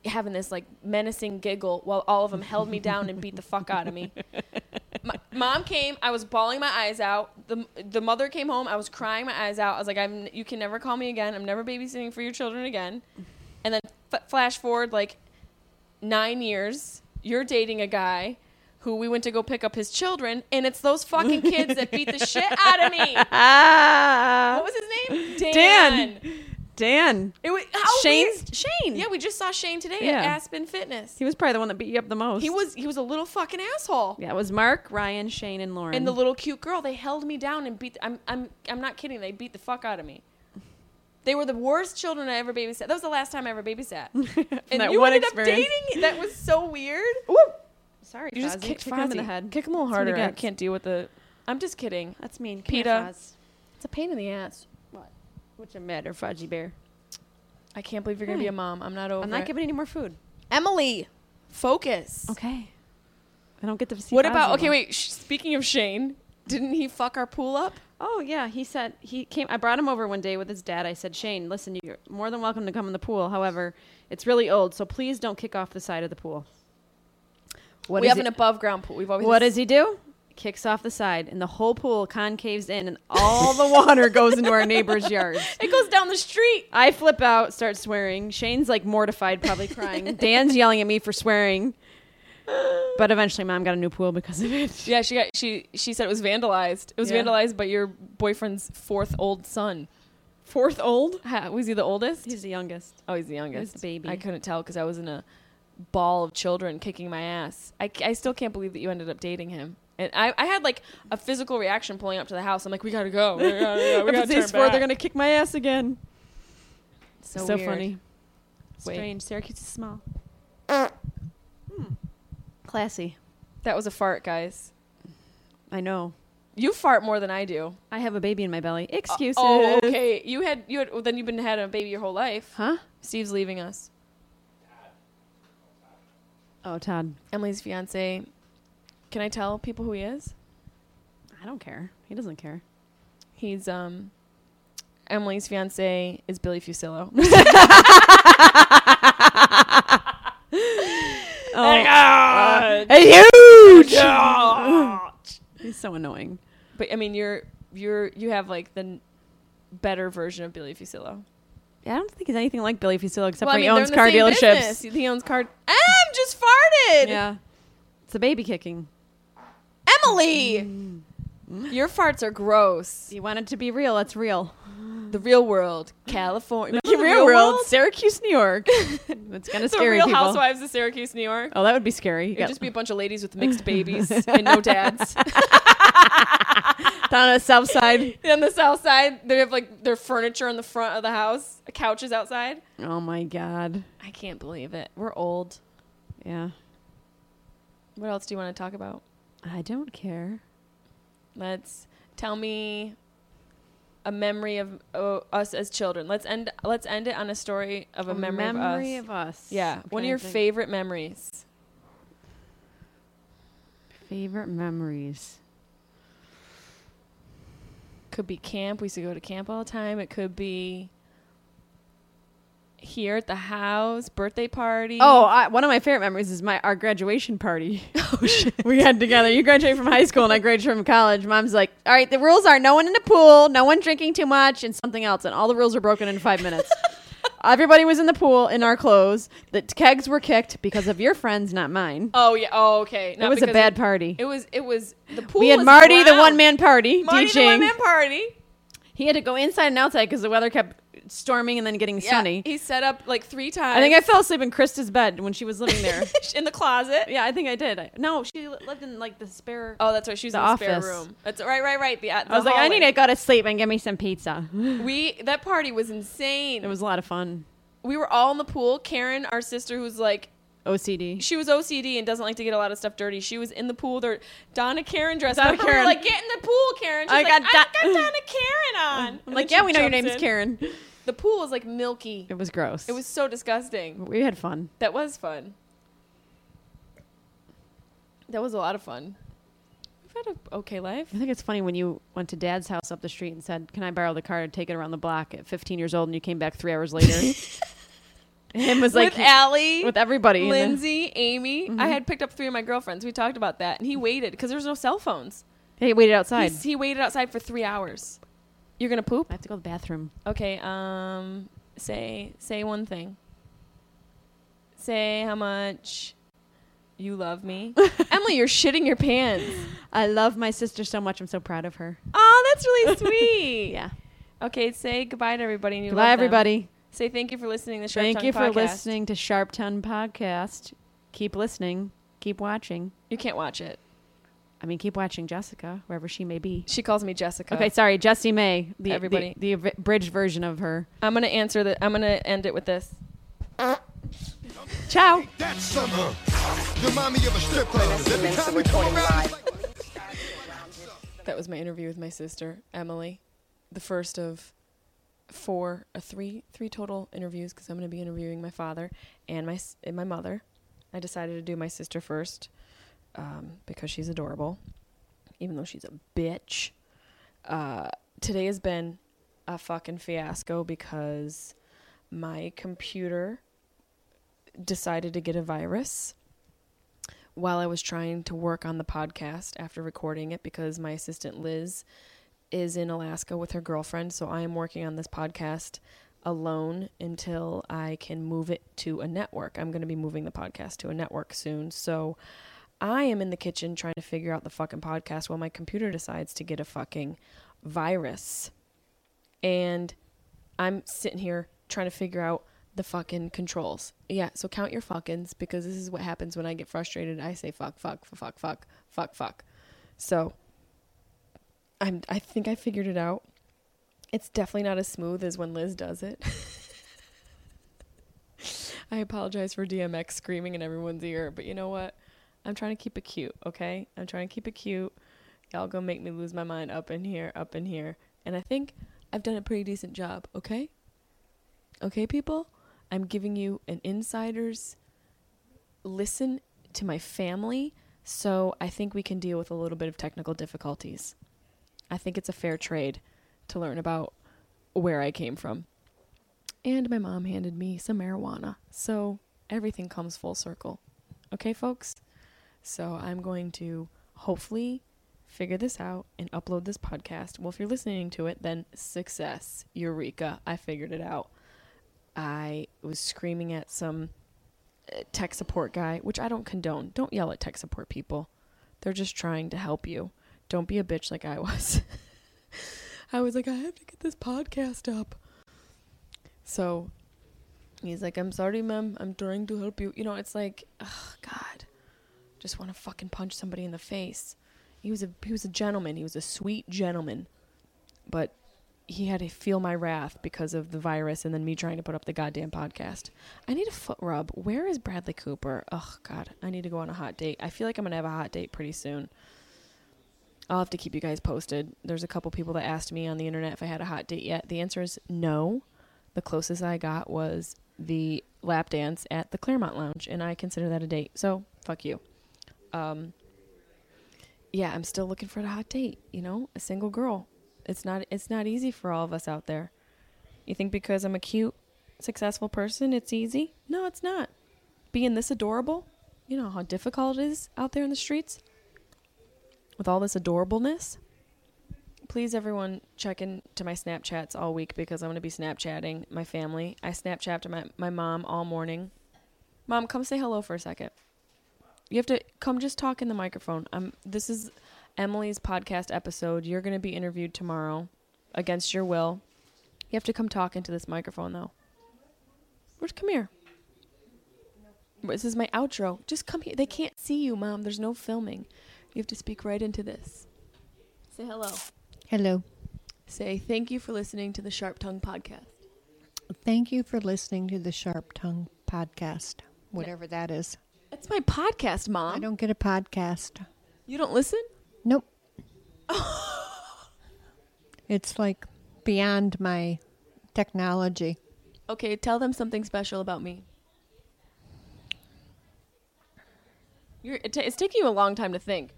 having this like menacing giggle while all of them held me down and beat the fuck out of me. My, mom came. I was bawling my eyes out. the The mother came home. I was crying my eyes out. I was like, "I'm. You can never call me again. I'm never babysitting for your children again." And then f- flash forward like nine years. You're dating a guy who we went to go pick up his children, and it's those fucking kids that beat the shit out of me. Ah. What was his name? Dan. Dan. It was how Shane's weird. Shane. Yeah, we just saw Oh, Shane today Yeah. at Aspen Fitness. He was probably the one that beat you up the most. He was he was a little fucking asshole. Yeah, it was Mark, Ryan, Shane, and Lauren. and the little cute girl they held me down and beat I'm I'm I'm not kidding they beat the fuck out of me they were the worst children I ever babysat that was the last time I ever babysat and that you one ended experience. up dating that was so weird Sorry, you just Fozzie. kick Kick him in the head. kick him a little what he harder I gets. can't deal with the I'm just kidding That's mean. Come here, PETA Foz. it's a pain in the ass What? What's the matter, Fudgy Bear? I can't believe you're gonna be a mom I'm not over Hmm. I'm not it. giving any more food. Emily focus Okay. I don't get to see. what Fozzie about okay more. wait sh- speaking of Shane didn't he fuck our pool up Oh yeah, he said he came. I brought him over one day with his dad. I said, Shane, listen, you're more than welcome to come in the pool. However, it's really old, so please don't kick off the side of the pool. What we is have it- an above ground pool we've always What does he do? Kicks off the side, and the whole pool concaves in, and all the water goes into our neighbor's yard. it goes down the street I flip out, start swearing. Shane's like mortified, probably crying. Dan's yelling at me for swearing. But eventually, mom got a new pool because of it. Yeah, she got she she said it was vandalized. It was Yeah. vandalized by your boyfriend's fourth old son. Fourth old? Ha, was he the oldest? He's the youngest. oh, he's the was youngest. the baby. I couldn't tell because I was in a ball of children kicking my ass. I, c- I still can't believe that you ended up dating him. And I, I had like a physical reaction pulling up to the house. I'm like, we gotta go. We gotta go. Oh, We If gotta it's turn these four, back." they're gonna kick my ass again. so, so weird. funny. Wait. Strange. Syracuse is small. Hmm. Classy. That was a fart, guys. I know. You fart more than I do. I have a baby in my belly. Excuses. Oh, okay. You had you had well, then you've been had a baby your whole life. Huh? Steve's leaving us. Oh, Todd. Emily's fiance. Can I tell people who he is? I don't care. He doesn't care. He's um Emily's fiance is Billy Fusillo. But I mean, you're you're you have like the n- better version of Billy Fusillo. I don't think he's anything like Billy Fusillo except Well, I for mean, he they're owns in the car same dealerships. business. He owns car. Em just farted. Yeah. It's the baby kicking. Emily, your farts are gross. You want it to be real, it's real. The real world, California. The real world, Syracuse, New York. It's kind of The scary. Real people. Housewives of Syracuse, New York. Oh, that would be scary. You It'd got just be a bunch of ladies with mixed babies and no dads. down on the south side. on the south side, they have like their furniture in the front of the house, couches outside. Oh my god. I can't believe it. We're old. Yeah. What else do you want to talk about? I don't care. Let's tell me a memory of oh, us as children. Let's end. Let's end it on a story of a, memory, of us. Yeah, I'm one trying of your to think. favorite memories. favorite memories. Could be camp. We used to go to camp all the time. It could be here at the house, birthday party. Oh, I, one of my favorite memories is my our graduation party. Oh shit. we had together. You graduated from high school and I graduated from college. Mom's like, "All right, the rules are no one in the pool, no one drinking too much, and something else." And all the rules were broken in 5 minutes. Everybody was in the pool in our clothes. The kegs were kicked because of your friends, not mine. oh yeah. Oh, okay. it Not was a because bad it- party. It was. It was the pool. we had was Marty, the brown. one man party, Marty the teaching. one man party. He had to go inside and outside because the weather kept storming and then getting Yeah, sunny. He set up like three times. I think I fell asleep in Krista's bed when she was living there. in the closet. yeah, I think I did. I, no, she li- lived in like the spare. Oh, that's right. She was The in the spare office. room. That's right, right, right. The, uh, the I was like, I hallway. need to go to sleep and get me some pizza. We that party was insane. It was a lot of fun. we were all in the pool. Karen, our sister, who's like OCD. she was OCD and doesn't like to get a lot of stuff dirty. She was in the pool. There, Donna Karen dressed Donna up. We were Karen. like, get in the pool, Karen. She's I like, got I got Do- Donna Karen on. And I'm then like, she yeah, we know your jumps name is in. Karen. The pool was like milky. It was gross. It was so disgusting. We had fun. That was fun. That was a lot of fun. We've had a okay life. I think it's funny when you went to Dad's house up the street and said, "Can I borrow the car to take it around the block?" At 15 years old, and you came back three hours later. Him was like with Allie, Mm-hmm. with everybody. and then- Lindsay, Amy. I had picked up three of my girlfriends. We talked about that, and he waited because there was no cell phones. Hey, he waited He, outside. s- he waited outside for three hours. You're gonna poop? I have to go to the bathroom. Okay. Um, say say one thing. Say how much you love me, Emily. You're shitting your pants. I love my sister so much. I'm so proud of her. Oh, that's really sweet. Yeah. Okay. Say goodbye to everybody. And you love Goodbye, them. everybody. Say thank you for listening. to The Sharp Thank Tongue you for Podcast. listening to Sharp Tongue Podcast. Keep listening. Keep watching. You can't watch it. I mean, keep watching Jessica, wherever she may be. She calls me Jessica. Okay, sorry, Jessie May. The, Everybody. The, the abridged version of her. I'm gonna answer that. I'm gonna end it with this. Ciao. That summer, remind me of a strip club. Every time we come around, it's like- That was my interview with my sister, Emily. The first of four, uh, three, three total interviews because I'm going to be interviewing my father and my s- and my mother. I decided to do my sister first um, because she's adorable, even though she's a bitch. Uh, today has been a fucking fiasco because my computer decided to get a virus while I was trying to work on the podcast after recording it because my assistant Liz is in Alaska with her girlfriend. So I am working on this podcast alone until I can move it to a network. I'm going to be moving the podcast to a network soon. So I am in the kitchen trying to figure out the fucking podcast while my computer decides to get a fucking virus. And I'm sitting here trying to figure out the fucking controls. Yeah, so count your fuckins because this is what happens when I get frustrated. I say fuck, fuck, fu- fuck, fuck, fuck, fuck. So I'm I think I figured it out. It's definitely not as smooth as when Liz does it. I apologize for DMX screaming in everyone's ear, but you know what? I'm trying to keep it cute, okay? I'm trying to keep it cute. Y'all gonna make me lose my mind up in here, up in here. And I think I've done a pretty decent job, okay? Okay, people? I'm giving you an insider's listen to my family, so I think we can deal with a little bit of technical difficulties. I think it's a fair trade to learn about where I came from. And my mom handed me some marijuana, so everything comes full circle. Okay, folks? So I'm going to hopefully figure this out and upload this podcast. Well, if you're listening to it, then success. Eureka. I figured it out. I was screaming at some uh, tech support guy, which I don't condone. Don't yell at tech support people. They're just trying to help you. Don't be a bitch like I was. I was like, I have to get this podcast up. So he's like, I'm sorry, ma'am. I'm trying to help you. You know, it's like, oh, God. Just want to fucking punch somebody in the face. He was a he was a gentleman. He was a sweet gentleman. But he had to feel my wrath because of the virus and then me trying to put up the goddamn podcast. I need a foot rub. Where is Bradley Cooper? Oh god, I need to go on a hot date. I feel like I'm going to have a hot date pretty soon. I'll have to keep you guys posted. There's a couple people that asked me on the internet if I had a hot date yet. The answer is no. The closest I got was the lap dance at the Claremont Lounge, and I consider that a date. So fuck you. Um, yeah, I'm still looking for a hot date. You know, a single girl. It's not. It's not easy for all of us out there. You think because I'm a cute, successful person, it's easy? No, it's not. Being this adorable, you know how difficult it is out there in the streets with all this adorableness. Please, everyone, check in to my Snapchats all week because I'm going to be Snapchatting my family. I Snapchat to my, my mom all morning. Mom, come say hello for a second. You have to come just talk in the microphone. Um, this is Emily's podcast episode. You're going to be interviewed tomorrow against your will. You have to come talk into this microphone, though. Just come here. This is my outro. Just come here. They can't see you, Mom. There's no filming. You have to speak right into this. Say hello. Hello. Say thank you for listening to the Sharp Tongue podcast. Thank you for listening to the Sharp Tongue podcast, whatever that is. That's my podcast, Mom. I don't get a podcast. you don't listen? Nope. it's like beyond my technology. Okay, tell them something special about me. You're, it ta it's taking you a long time to think.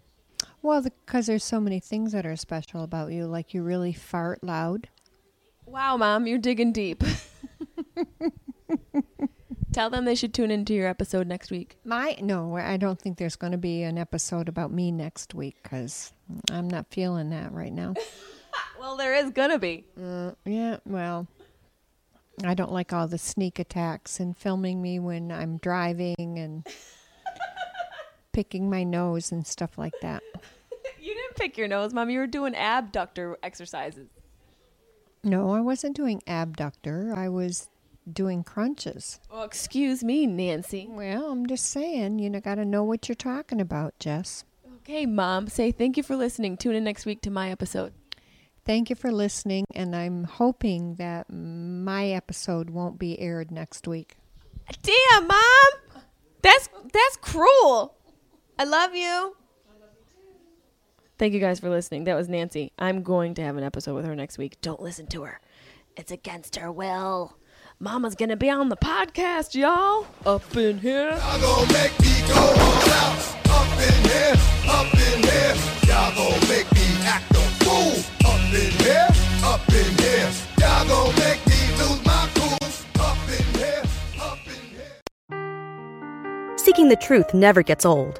Well, because there's so many things that are special about you, like you really fart loud. Wow, Mom, you're digging deep. tell them they should tune into your episode next week. My no, I don't think there's going to be an episode about me next week because I'm not feeling that right now. Well, there is gonna be. Yeah, well, I don't like all the sneak attacks and filming me when I'm driving and picking my nose and stuff like that. You didn't pick your nose, Mom. You were doing abductor exercises. No, I wasn't doing abductor. I was doing crunches. Oh, excuse me, Nancy. Well, I'm just saying, you know, got to know what you're talking about, Jess. Okay, Mom, say thank you for listening. Tune in next week to my episode. Thank you for listening, and I'm hoping that my episode won't be aired next week. Damn, mom, that's that's cruel. I love you. Thank you guys for listening. That was Nancy. I'm going to have an episode with her next week. Don't listen to her. It's against her will. Mama's going to be on the podcast, y'all. Up in here. Y'all gon' make me go all out. Up in here, up in here. Y'all gon' make me act a fool. Up in here, up in here. Y'all gon' make me lose my cool. Up in here, up in here. Seeking the truth never gets old.